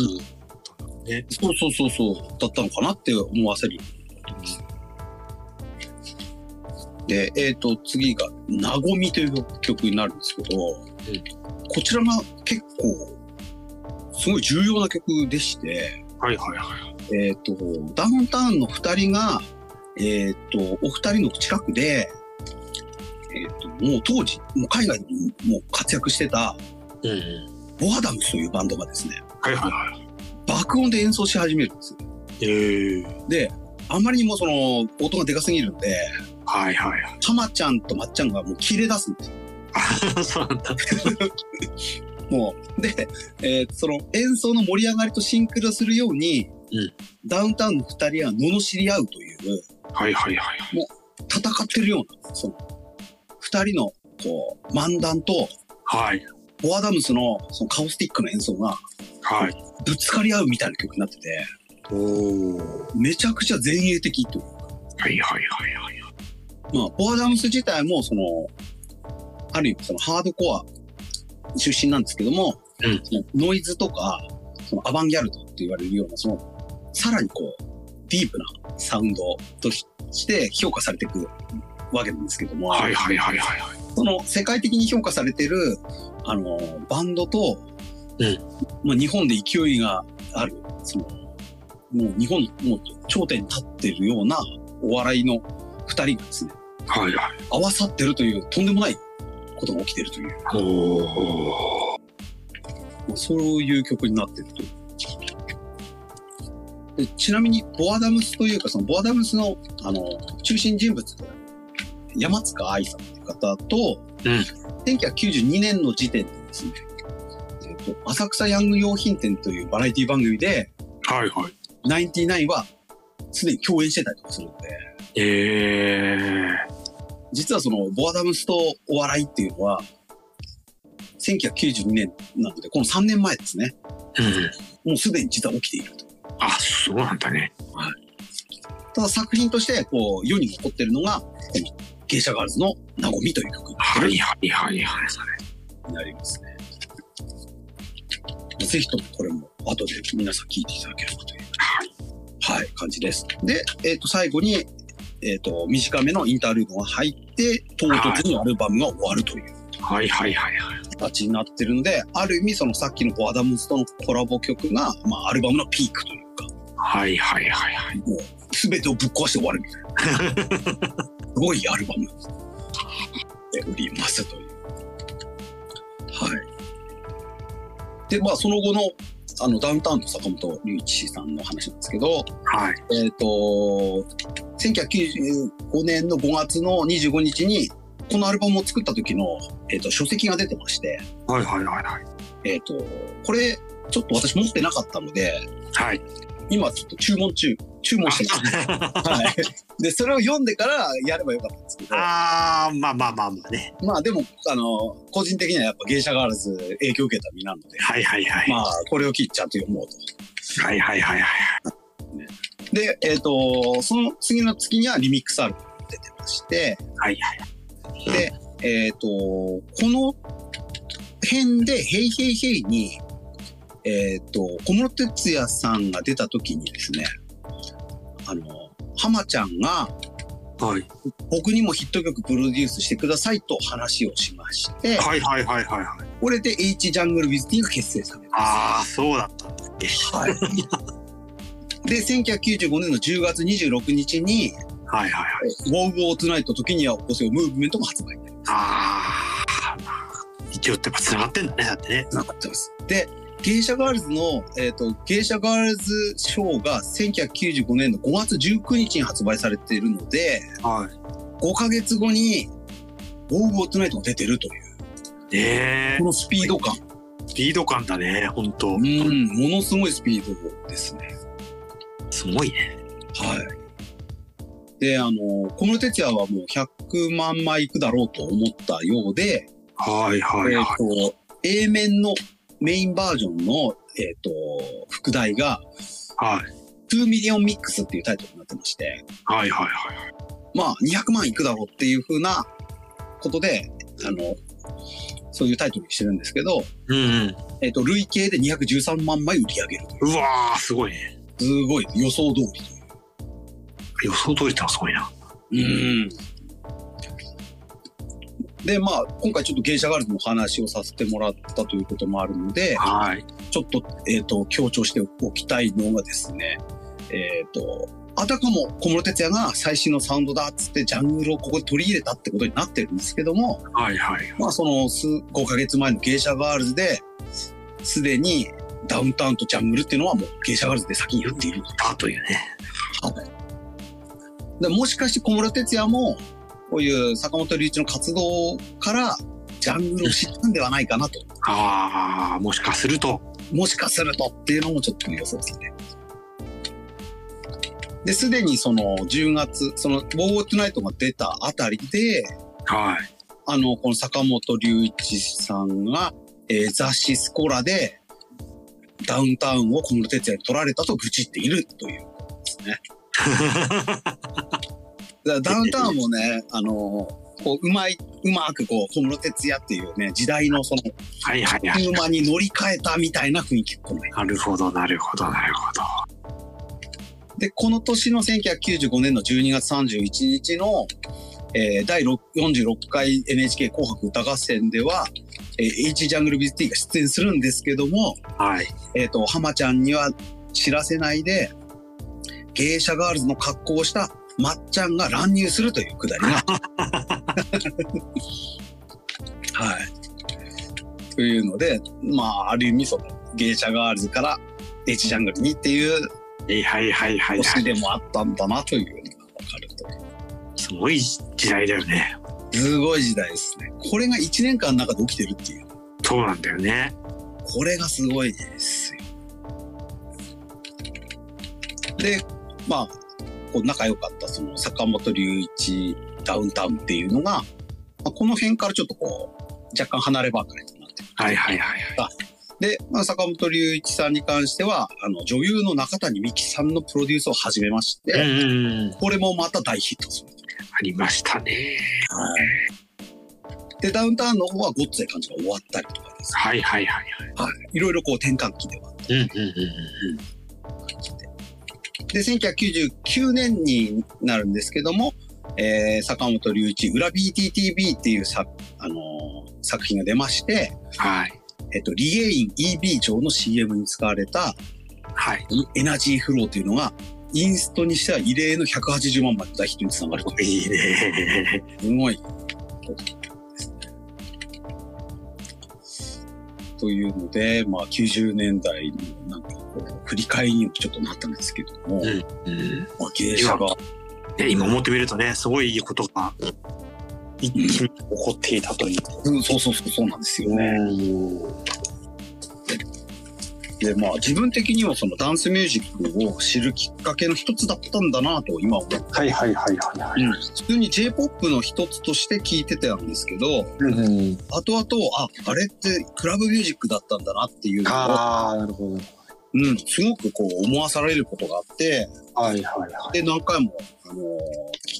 S1: そうそうそうそう、だったのかなって思わせる。で、えっ、と、次が、なごみという曲になるんですけど、こちらが結構、すごい重要な曲でして、
S2: はいはいはい。
S1: えっ、と、ダウンタウンの二人が、えっ、と、お二人の近くで、えっ、と、もう当時、もう海外でももう活躍してた、
S2: うん。
S1: ボアダムスというバンドがですね、
S2: はいはいはい。
S1: 爆音で演奏し始めるんですよ。
S2: ええ
S1: で、あまりにもその、音がでかすぎるんで、
S2: はいはいは
S1: たまちゃんとまっちゃんがもう切れ出すんですよ。
S2: い。そうなんだ。
S1: もう。で、えーその演奏の盛り上がりとシンクロするように、
S2: うん
S1: ダウンタウンの二人は罵り合うという、
S2: はいはいはい。
S1: 戦ってるような、その、二人の、こう、漫談と、
S2: はい。
S1: ボアダムスのそのカオスティックの演奏が
S2: はい。
S1: ぶつかり合うみたいな曲になってて、
S2: おお。
S1: めちゃくちゃ前衛的という。
S2: はいはいはいはい。
S1: まあ、ボアダムス自体も、その、ある意味、そのハードコア出身なんですけども、
S2: うん
S1: そのノイズとか、そのアバンギャルドって言われるような、その、さらにこう、ディープなサウンドとしして評価されていくわけなんですけども、
S2: はいはいはいはいはい。
S1: その世界的に評価されてる、あの、バンドと、
S2: うん
S1: まあ、日本で勢いがある、その、もう日本のもう頂点に立ってるようなお笑いの二人がですね、
S2: はいはい。
S1: 合わさってるというとんでもないことが起きてるという、
S2: おお。
S1: まあそういう曲になってるという。でちなみに、ボアダムスというか、そのボアダムスの、あの、中心人物で、山塚愛さんという方と、
S2: うん
S1: 1992年の時点でですね、えっと浅草ヤング用品店というバラエティ番組で、
S2: はいはい。
S1: ナインティナインはすでに共演してたりとかするんで、
S2: ええ
S1: 実はそのボアダムスとお笑いっていうのは、1992年なので、この3年前ですね。
S2: うん。
S1: もうすでに実は起きていると。
S2: あ、そうなんだね。
S1: ただ作品として、こう、世に残ってるのが、この芸者ガールズのナゴミという曲
S2: はいはいはいはい。
S1: になりますね。ぜひともこれも後で皆さん聴いていただければという、
S2: はい。
S1: はい、感じです。で、えっ、と、最後に、えっ、と、短めのインタールームが入って、唐突にアルバムが終わるという。
S2: はいはいはいはい。
S1: 形になってるんで、ある意味そのさっきのボアダムスとのコラボ曲が、まあアルバムのピークというか、
S2: はいはいはいはい。
S1: もう全てをぶっ壊して終わるみたいな。すごいアルバムでおりますという。はい。で、まあその後の、あの、ダウンタウンと坂本龍一さんの話なんですけど、
S2: はい。
S1: えっ、と、1995年の5月の25日に、このアルバムを作った時の、えっ、と、書籍が出てまして、
S2: はいはいはいはい。
S1: えっ、と、これ、ちょっと私持ってなかったので、
S2: はい。
S1: 今ちょっと注文中、注文してます。はい。で、それを読んでからやればよかったんですけど、
S2: ああ、まあまあまあまあね。
S1: まあでも、あの、個人的にはやっぱ芸者ガールズ影響を受けた身なので、
S2: はいはいはい。
S1: まあ、これを切っちゃんと読もうと。
S2: はいはいはいはい。
S1: で、えっ、と、その次の月にはリミックスアルバムが出てまして、
S2: はいはい。
S1: で、えっ、と、この辺で、ヘイヘイヘイに、えっ、と、小室哲哉さんが出た時にですね、あの、浜ちゃんが
S2: はい。
S1: 僕にもヒット曲プロデュースしてくださいと話をしまして、
S2: はいはいはいはいはい。
S1: これで H ジャングルウィズティーが結成されます。
S2: ああ、そうだったんだっけ。
S1: で、1995年の10月26日に、
S2: はいはいはい。
S1: ウォーウォートゥナイト時にはおこせよムーブメントも発売になります。
S2: ああ、まあ、一応ってやっぱ繋がってんだね、だってね。
S1: なかってます。で、芸者ガールズの、えっ、と、芸者ガールズショーが1995年の5月19日に発売されているので、
S2: はい。
S1: 5ヶ月後に、ウォーウォートゥナイトが出てるという、
S2: ええ
S1: このスピード感。
S2: スピード感だね、本当
S1: うん、ものすごいスピードですね。
S2: すごいね。
S1: はい。で、あの、小室哲哉はもう100万枚いくだろうと思ったようで、
S2: はいはい
S1: えっ、
S2: は
S1: と、A 面のメインバージョンの、えっ、と、副題が、
S2: い。はい。
S1: 2ミリオンミックスっていうタイトルになってまして、
S2: はいはいはい。
S1: まあ、200万いくだろうっていうふうなことで、あの、そういうタイトルにしてるんですけど、
S2: うん
S1: えっ、と、累計で213万枚売り上げるという。
S2: うん。うわー、すごいね。
S1: すごい、予想通り
S2: 予想通りってのはすごいな。
S1: うん。で、まあ、今回ちょっと芸者ガールズの話をさせてもらったということもあるので、
S2: はい。
S1: ちょっと、えっ、と、強調しておきたいのがですね、えっ、と、あたかも小室哲哉が最新のサウンドだっつってジャンルをここで取り入れたってことになってるんですけども、
S2: はいはい。
S1: まあその数5ヶ月前の芸者ガールズで、すでにダウンタウンとジャングルっていうのはもう芸者ガールズで先に言っている。
S2: だというね。
S1: でもしかして小室哲哉も、こういう坂本龍一の活動からジャングルを知ったんではないかなと。
S2: ああ、もしかすると。
S1: もしかするとっていうのもちょっと予想ですね。で、すでにその10月、その、ボーゴートゥナイトが出たあたりで、
S2: はい。
S1: あの、この坂本龍一さんが、えー雑誌スコラで、ダウンタウンを小室哲哉に取られたと愚痴っているということです ね。だダウンタウンもね、あの、こう、うまい、うまくこう、小室哲哉っていうね、時代のその、
S2: はいはいはい。
S1: 車に乗り換えたみたいな雰囲気を込め
S2: なるほど、なるほど、なるほど。
S1: で、この年の1995年の12月31日の、えー第6 46回 NHK 紅白歌合戦では、えー H ジャングルビズ T が出演するんですけども、
S2: はい。
S1: えっ、と、浜ちゃんには知らせないで、芸者ガールズの格好をしたまっちゃんが乱入するというくだりが。はい。というので、まあ、ある意味その芸者ガールズから H ジャングルにっていう
S2: はいはいはいはい、は
S1: 推し
S2: い。
S1: でもあったんだなというのがわかると。
S2: すごい時代だよね。
S1: すごい時代ですね。これが1年間の中で起きてるっていう。
S2: そうなんだよね。
S1: これがすごいですよ。で、まあ、こう仲良かったその坂本龍一ダウンタウンっていうのが、まあ、この辺からちょっとこう、若干離ればかりとなってる
S2: はいはいはいはい。
S1: で、まあ、坂本龍一さんに関しては、あの、女優の中谷美紀さんのプロデュースを始めまして、
S2: うん。
S1: これもまた大ヒットする。
S2: ありましたね。
S1: はい。で、ダウンタウンの方はごっつい感じが終わったりとかですね。
S2: はいはいはい
S1: はい。いろいろこう転換期ではあった
S2: はい。うんうん
S1: で、1999年になるんですけども、えー坂本龍一、裏 BTTV っていう作、あのー作品が出まして、
S2: うん。はい。
S1: えっと、リゲイン EB 上の CM に使われた
S2: はい。
S1: エナジーフローというのが、インストにしては異例の180万枚の大ヒットにつながるという。
S2: いいね。
S1: すごい。というので、まあ、90年代のなんかこう振り返りにもちょっとなったんですけども、
S2: んうん。
S1: まあ、芸者が
S2: ね、今思ってみるとね、すごいことが一気に起こっていたという。
S1: うん、そうそうそう、そうなんですよね。
S2: ね、
S1: で、まあ自分的にはそのダンスミュージックを知るきっかけの一つだったんだなと今思う。
S2: はいはいはいはいはい。
S1: 普通に J-POP の一つとして聞いてたんですけど、
S2: うんうん、
S1: 後々、あ、あれってクラブミュージックだったんだなっていうのを、
S2: ああ、なるほど。
S1: うん、すごくこう思わされることがあって、
S2: はいはいは
S1: で、何回も、あのー聞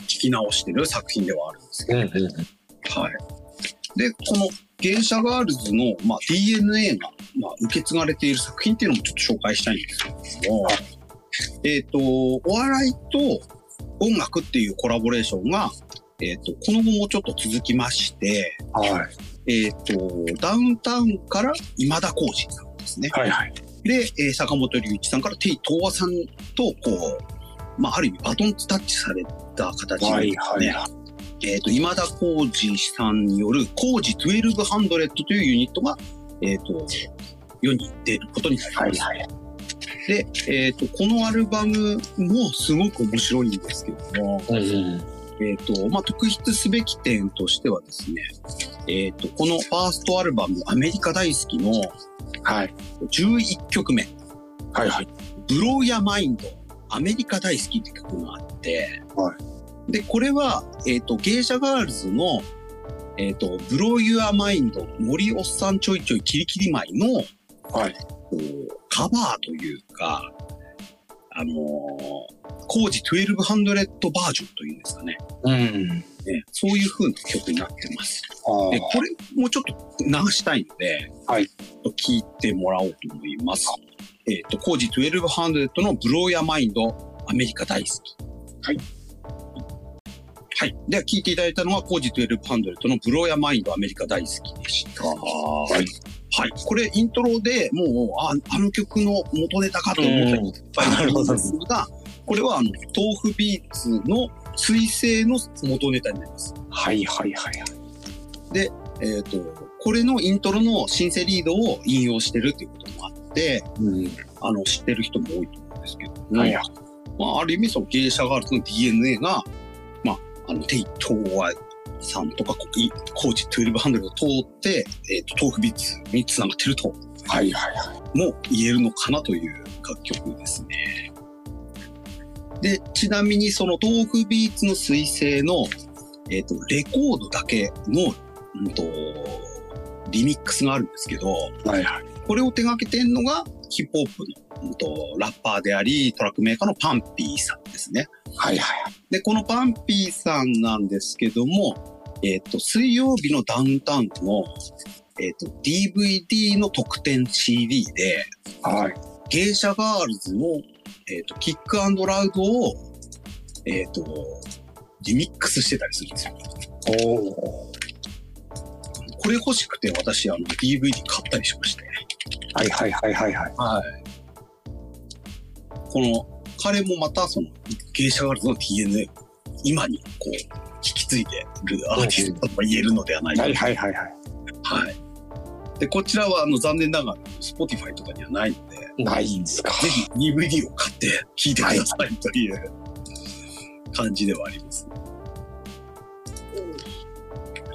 S1: 聞き直してる作品ではあるんですけ
S2: い。うんうん、
S1: ど、はい。で、この芸者ガールズの、まあ、DNA が、まあ、受け継がれている作品っていうのもちょっと紹介したいんですけれども、えっ、と、お笑いと音楽っていうコラボレーションが、えっ、と、この後もちょっと続きまして、
S2: はい
S1: えっ、と、ダウンタウンから今田耕司さんですね。
S2: はいはい。
S1: で、えー坂本龍一さんからテイ東和さんと、こう、まあ、ある意味バトンタッチされた形で、
S2: はいはいは
S1: えっ、と、今田耕司さんによる耕司1200というユニットが、えっ、と、世に出ることになり
S2: い
S1: ます。
S2: はい。
S1: で、えっ、と、このアルバムもすごく面白いんですけども、
S2: うんうん、
S1: えっ、と、まあ、特筆すべき点としてはですね、えっ、と、このファーストアルバム、アメリカ大好きの
S2: はい
S1: 11曲目、
S2: はいはい。
S1: ブローヤマインド、アメリカ大好きって曲があって、
S2: は
S1: で、これは、えっ、と、芸者ガールズの、えっ、と、ブローユアマインド、森おっさんちょいちょいキリキリ舞の、
S2: はい
S1: こうカバーというか、あのー、工事1200バージョンというんですかね。
S2: うん。
S1: ねそういう風な曲になってます。
S2: ああ
S1: で、これもちょっと流したいので、
S2: はい
S1: ちょっと聞いてもらおうと思います。えっ、と、コージ1200のブローヤマインド、アメリカ大好き。はい。はい。では、聞いていただいたのは、コージ1200のブローヤマインドアメリカ大好きでした。
S2: はい。
S1: はい。これ、イントロでもう、あ、あの曲の元ネタかと思った人いっぱいいるんですが、これは、あの、豆腐ビーツの水星の元ネタになります。
S2: はいはいはい。
S1: えっ、と、これのイントロのシンセリードを引用してるっていうこともあって、
S2: うん。
S1: あの、知ってる人も多いと思うんですけども、
S2: はいはい。
S1: まあ、ある意味、その芸者ガールズの DNA が、まあ、あの、テイ・トーワイさんとか、こいコーチ1200を通って、えっ、と、トークビッツにつながってると
S2: はいはいはい。
S1: も言えるのかなという楽曲ですね。で、ちなみにその豆腐ビーツの彗星の、えっ、と、レコードだけの、うんと、リミックスがあるんですけど、
S2: はいはい。
S1: これを手掛けてんのがヒップホップの、うんと、ラッパーであり、トラックメーカーのパンピーさんですね。
S2: はいはい。
S1: で、このパンピーさんなんですけども、えっ、と、水曜日のダウンタウンの、えっ、と、DVD の特典 CD で、
S2: はい。
S1: 芸者ガールズの、えっとキックラウドを、えっとリミックスしてたりするんですよ。
S2: おお。
S1: これ欲しくて私あの DVD 買ったりしまして。
S2: はいはいはいはいはい。
S1: はい。この彼もまたその芸者ガールズの DNA を今にこう引き継いでるアーティストとも言えるのではないか
S2: はいはいはいは
S1: はい。で、こちらはあの残念ながら Spotify とかにはないので、
S2: い。ないんですか。
S1: ぜひ DVD を買って聴いてくださいという感じではあります、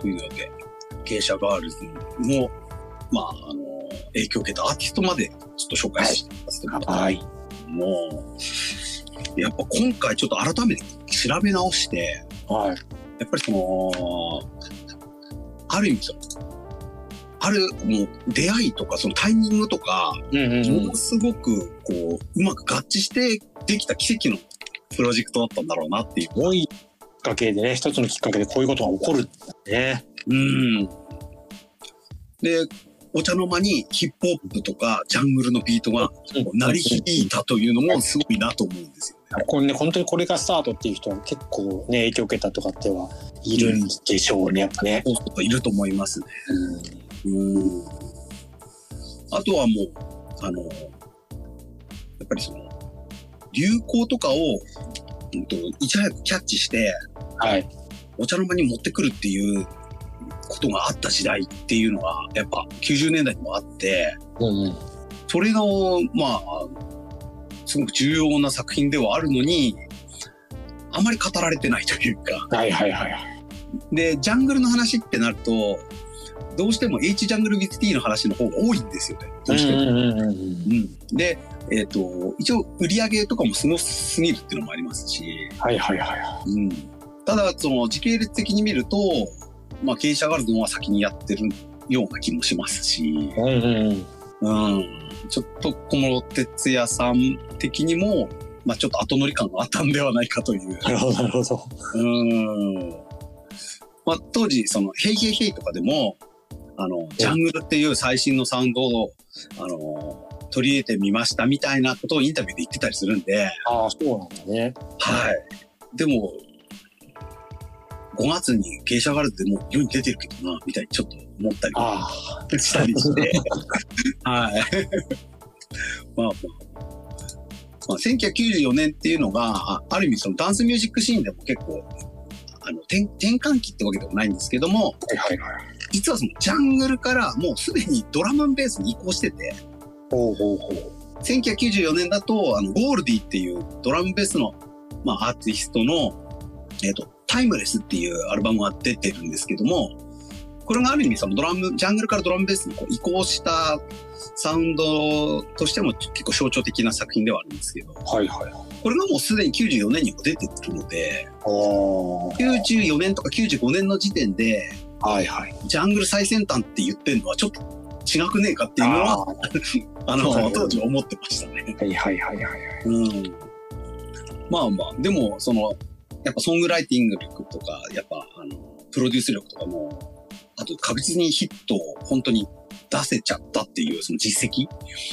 S1: というので、芸者ガールズも、まあ、あの、影響を受けたアーティストまでちょっと紹介してますけど
S2: はい。
S1: も、やっぱ今回ちょっと改めて調べ直して、
S2: はい。
S1: やっぱりその、ある意味その、ある、もう出会いとかそのタイミングとか、
S2: うんう
S1: ものすごくこううまく合致してできた奇跡のプロジェクトだったんだろうなっていう。
S2: 多いきっかけでね、一つのきっかけでこういうことが起こるんだね。
S1: うん、でお茶の間にヒップホップとかジャングルのビートがこう鳴り響いたというのもすごいなと思うんですよ。
S2: これね、本当にこれがスタートっていう人は結構ね、影響を受けたとかってはいるんでしょうね、やっぱね。
S1: そういう人いると思いますね。うん、あとはもうあのやっぱりその流行とかを、うん、といち早くキャッチして
S2: はい。
S1: お茶の間に持ってくるっていうことがあった時代っていうのがやっぱ90年代にもあって
S2: うんうん。
S1: それがまあすごく重要な作品ではあるのにあまり語られてないというか
S2: はいはいはいはい。
S1: でジャングルの話ってなるとどうしても H ジャングル WithT の話の方が多いんですよねどうしても。
S2: うんうんうんうん。
S1: うんで、えっと一応売り上げとかもすごすぎるっていうのもありますし。
S2: はいはいはいは
S1: うん、ただその時系列的に見ると、まあ、経営者ガールズの方は先にやってるような気もしますし、
S2: い。うんうんう
S1: う
S2: ん。
S1: ん、ちょっと小室哲哉さん的にも、まあ、ちょっと後乗り感があったんではないかという。
S2: なるほどなるほど。
S1: うんまあ、当時その「ヘイヘイヘイ」とかでもあのジャングルっていう最新のサウンドをあの取り入れてみましたみたいなことをインタビューで言ってたりするんで。
S2: ああ、そうなんだね。
S1: はい。でも、5月に芸者ガールズでもう世に出てるけどな、みたいにちょっと思ったり
S2: あ
S1: したりして。 はい。まあまあ。まあ、1994年っていうのが、あある意味そのダンスミュージックシーンでも結構、あの、転転換期ってわけでもないんですけども、
S2: あ。はいはいはい。
S1: 実はそのジャングルからもうすでにドラムンベースに移行してて、
S2: ほうほうほう。
S1: 1994年だと、あの、ゴールディっていうドラムベースの、まあ、アーティストの、えっ、と、タイムレスっていうアルバムが出てるんですけども、これがある意味そのドラム、ジャングルからドラムベースにこう移行したサウンドとしても結構象徴的な作品ではあるんですけど、
S2: はいはいはい。
S1: これがもうすでに94年にも出てるので、
S2: あ
S1: 94年とか95年の時点で、
S2: あ。はいはい。
S1: ジャングル最先端って言ってるのはちょっと違くねえかっていうのは、
S2: あ あ。
S1: あ
S2: そうだ
S1: の、
S2: ね
S1: 当時思ってましたね。
S2: はいはいはいはい。
S1: うんまあまあ、でも、その、やっぱソングライティング力とか、やっぱ、あの、プロデュース力とかも、あと確実にヒットを本当に出せちゃったっていう、その実績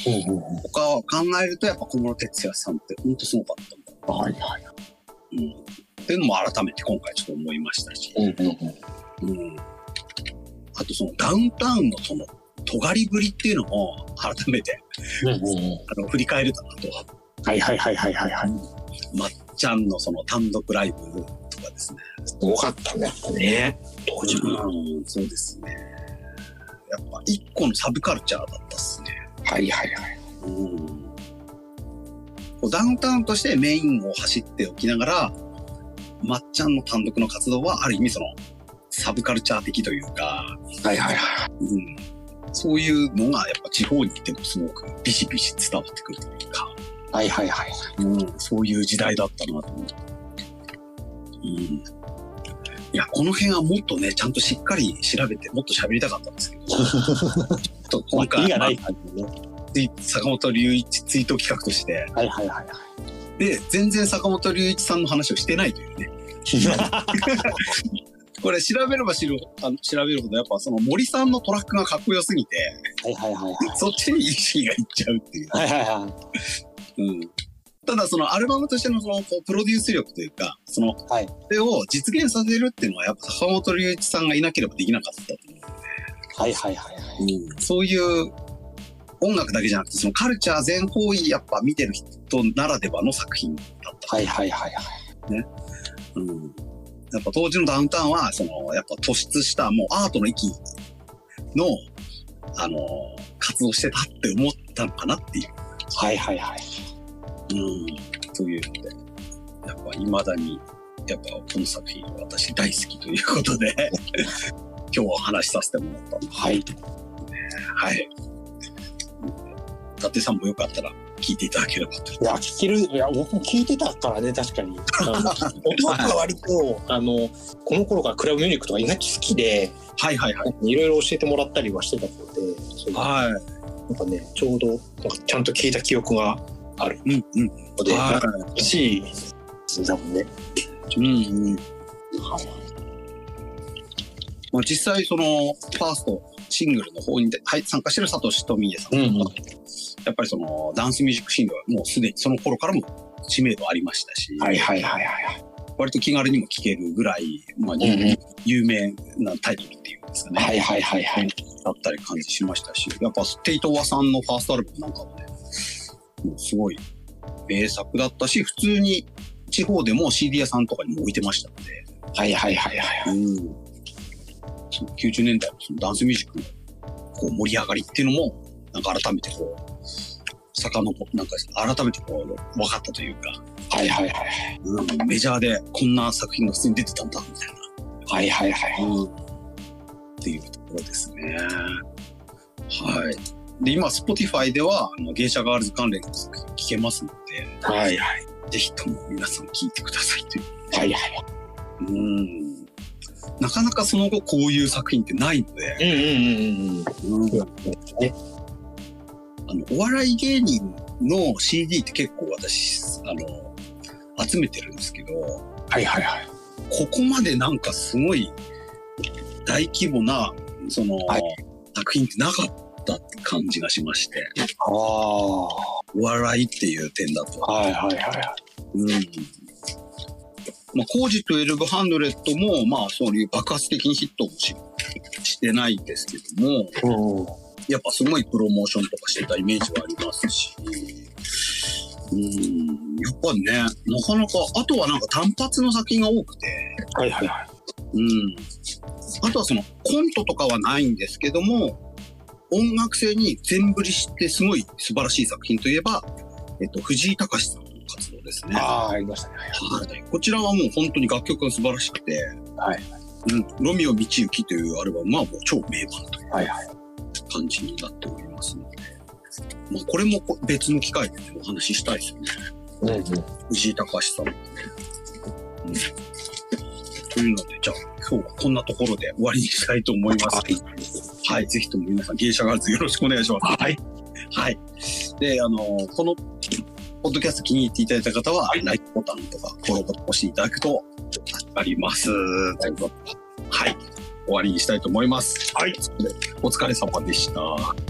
S2: うんうんうん。
S1: とかを考えると、やっぱ小室哲哉さんって本当すごかったんだ。
S2: はいはい。
S1: うん、っていうのも改めて今回ちょっと思いましたし、
S2: うんうんうん。
S1: うん、あとそのダウンタウンのその尖りぶりっていうのも改めて
S2: うんうんうん。
S1: あの振り返れたなと
S2: はいはいはいはいはいはい。
S1: まっちゃんのその単独ライブとかですね
S2: すごかったね、やっぱね。
S1: ね
S2: 当時は。
S1: うんそうですねやっぱ一個のサブカルチャーだったっすね
S2: はいはいはい。
S1: うんこうダウンタウンとしてメインを走っておきながら、まっちゃんの単独の活動はある意味その、サブカルチャー的というか、
S2: はいはいはい。
S1: うん、そういうのがやっぱ地方にいてもすごくビシビシ伝わってくるというか、
S2: はいはいはい。
S1: うん、そういう時代だったなと思って。うん、いや、この辺はもっとね、ちゃんとしっかり調べて、もっと喋りたかったん ですけど、ちょっと今回、
S2: がない感じね。
S1: ツイ坂本隆一ツイート企画として、
S2: はいはいはいは
S1: で、全然坂本龍一さんの話をしてないという ね。
S2: い。
S1: これ調べれば知るあの調べるほど、やっぱその森さんのトラックがかっこよすぎて、
S2: はいはいはいはい。
S1: そっちに意識がいっちゃうっていう。
S2: はいはいは
S1: うん、ただそのアルバムとしてのそのこうプロデュース力というか、その、
S2: はい
S1: それを実現させるっていうのはやっぱ坂本龍一さんがいなければできなかったと
S2: い。はいはいはいはい。
S1: 思う。そういう音楽だけじゃなくて、そのカルチャー全方位やっぱ見てる人ならではの作品だった
S2: はいはいはいはい。
S1: うんやっぱ当時のダウンタウンは、その、やっぱ突出した、もうアートの域の、あの、活動してたって思ったのかなっていう、
S2: はいはいはい。
S1: うん、そういうので、やっぱ未だに、やっぱこの作品私大好きということで、 今日はお話しさせてもらったんで、
S2: はい。
S1: はい。伊達さんもよかったら聞いていただければと。
S2: いや、聞ける、いや、僕も聞いてたからね、確かに。あの音楽は割と、あの、この頃からクラブミュージックとか意外と好きで、
S1: はいはいはい。
S2: いろいろ教えてもらったりはしてたので、そう
S1: は
S2: なんかね、ちょうど、なんかちゃんと聞いた記憶が
S1: い。うんうん。
S2: ので、なんか
S1: は
S2: 欲しいですね、多分ね。
S1: い。うんうん。まあ、実際そのファーストシングルの方にで、はい、参加してる佐藤とみえさん、
S2: うんうん
S1: やっぱりそのダンスミュージックシーンではもうすでにその頃からも知名度ありましたし、
S2: はいはいはいはい。
S1: 割と気軽にも聴けるぐらい、まあ
S2: んうん
S1: 有名なタイトルっていうんですかね、
S2: はいはいはいはい。
S1: だったり感じしましたしやっぱテイトワさんのファーストアルバムなんかもねもうすごい名作だったし普通に地方でも CD 屋さんとかにも置いてましたので。
S2: はいはいはいはい。
S1: うん、その90年代のそのダンスミュージックのこう盛り上がりっていうのもなんか改めてこう遡なんか改めてこう分かったというか、
S2: はいはいはい。
S1: うん、メジャーでこんな作品が普通に出てたんだみたい
S2: はいはいはい。
S1: な、っていうところですね。はい、で今 Spotify ではあの芸者ガールズ関連の作品聴けますので
S2: はいはい。
S1: ぜひとも皆さん聴いてくださいという。
S2: はいは
S1: うんなかなかその後こういう作品ってないので、
S2: い。うんうんうんうん。
S1: うん
S2: うんね
S1: あの、お笑い芸人の CD って結構私、あの、集めてるんですけど、こ
S2: はいはいはい。
S1: こまでなんかすごい大規模な、その、
S2: はい
S1: 作品ってなかった感じがしまして、
S2: ああ。は
S1: お笑いっていう点だと。
S2: いはいは
S1: うん。まあ、コージとエルブハンドレットも、まあ、そういう爆発的にヒットもししてないですけども、
S2: い。うん。
S1: やっぱすごいプロモーションとかしてたイメージはありますし、うん、やっぱね、なかなか、あとはなんか単発の作品が多くて、
S2: はいはいはい。
S1: うん、あとはそのコントとかはないんですけども、音楽性に全振りしてすごい素晴らしい作品といえば、えっと、藤井隆さんの活動ですね。
S2: ああ、ありましたね。
S1: はいこちらはもう本当に楽曲が素晴らしくて、
S2: はい
S1: うん、ロミオ・道行というアルバムはもう超名盤という
S2: はいは
S1: 感じになっておりますので、まあ、これもこ別の機会で、ね、お話ししたいですよね。
S2: うんうん。
S1: 藤井隆さんのね。うんというので、じゃあ今日はこんなところで終わりにしたいと思います。
S2: はい
S1: はい、ぜひとも皆さん、芸者ガールズよろしくお願いします。
S2: はい。
S1: はい。で、あの、この、ポッドキャスト気に入っていただいた方は、ライクボタンとか、フォローボタンを押していただくと助かります。はい。終わりにしたいと思います。
S2: はい。
S1: お疲れ様でした。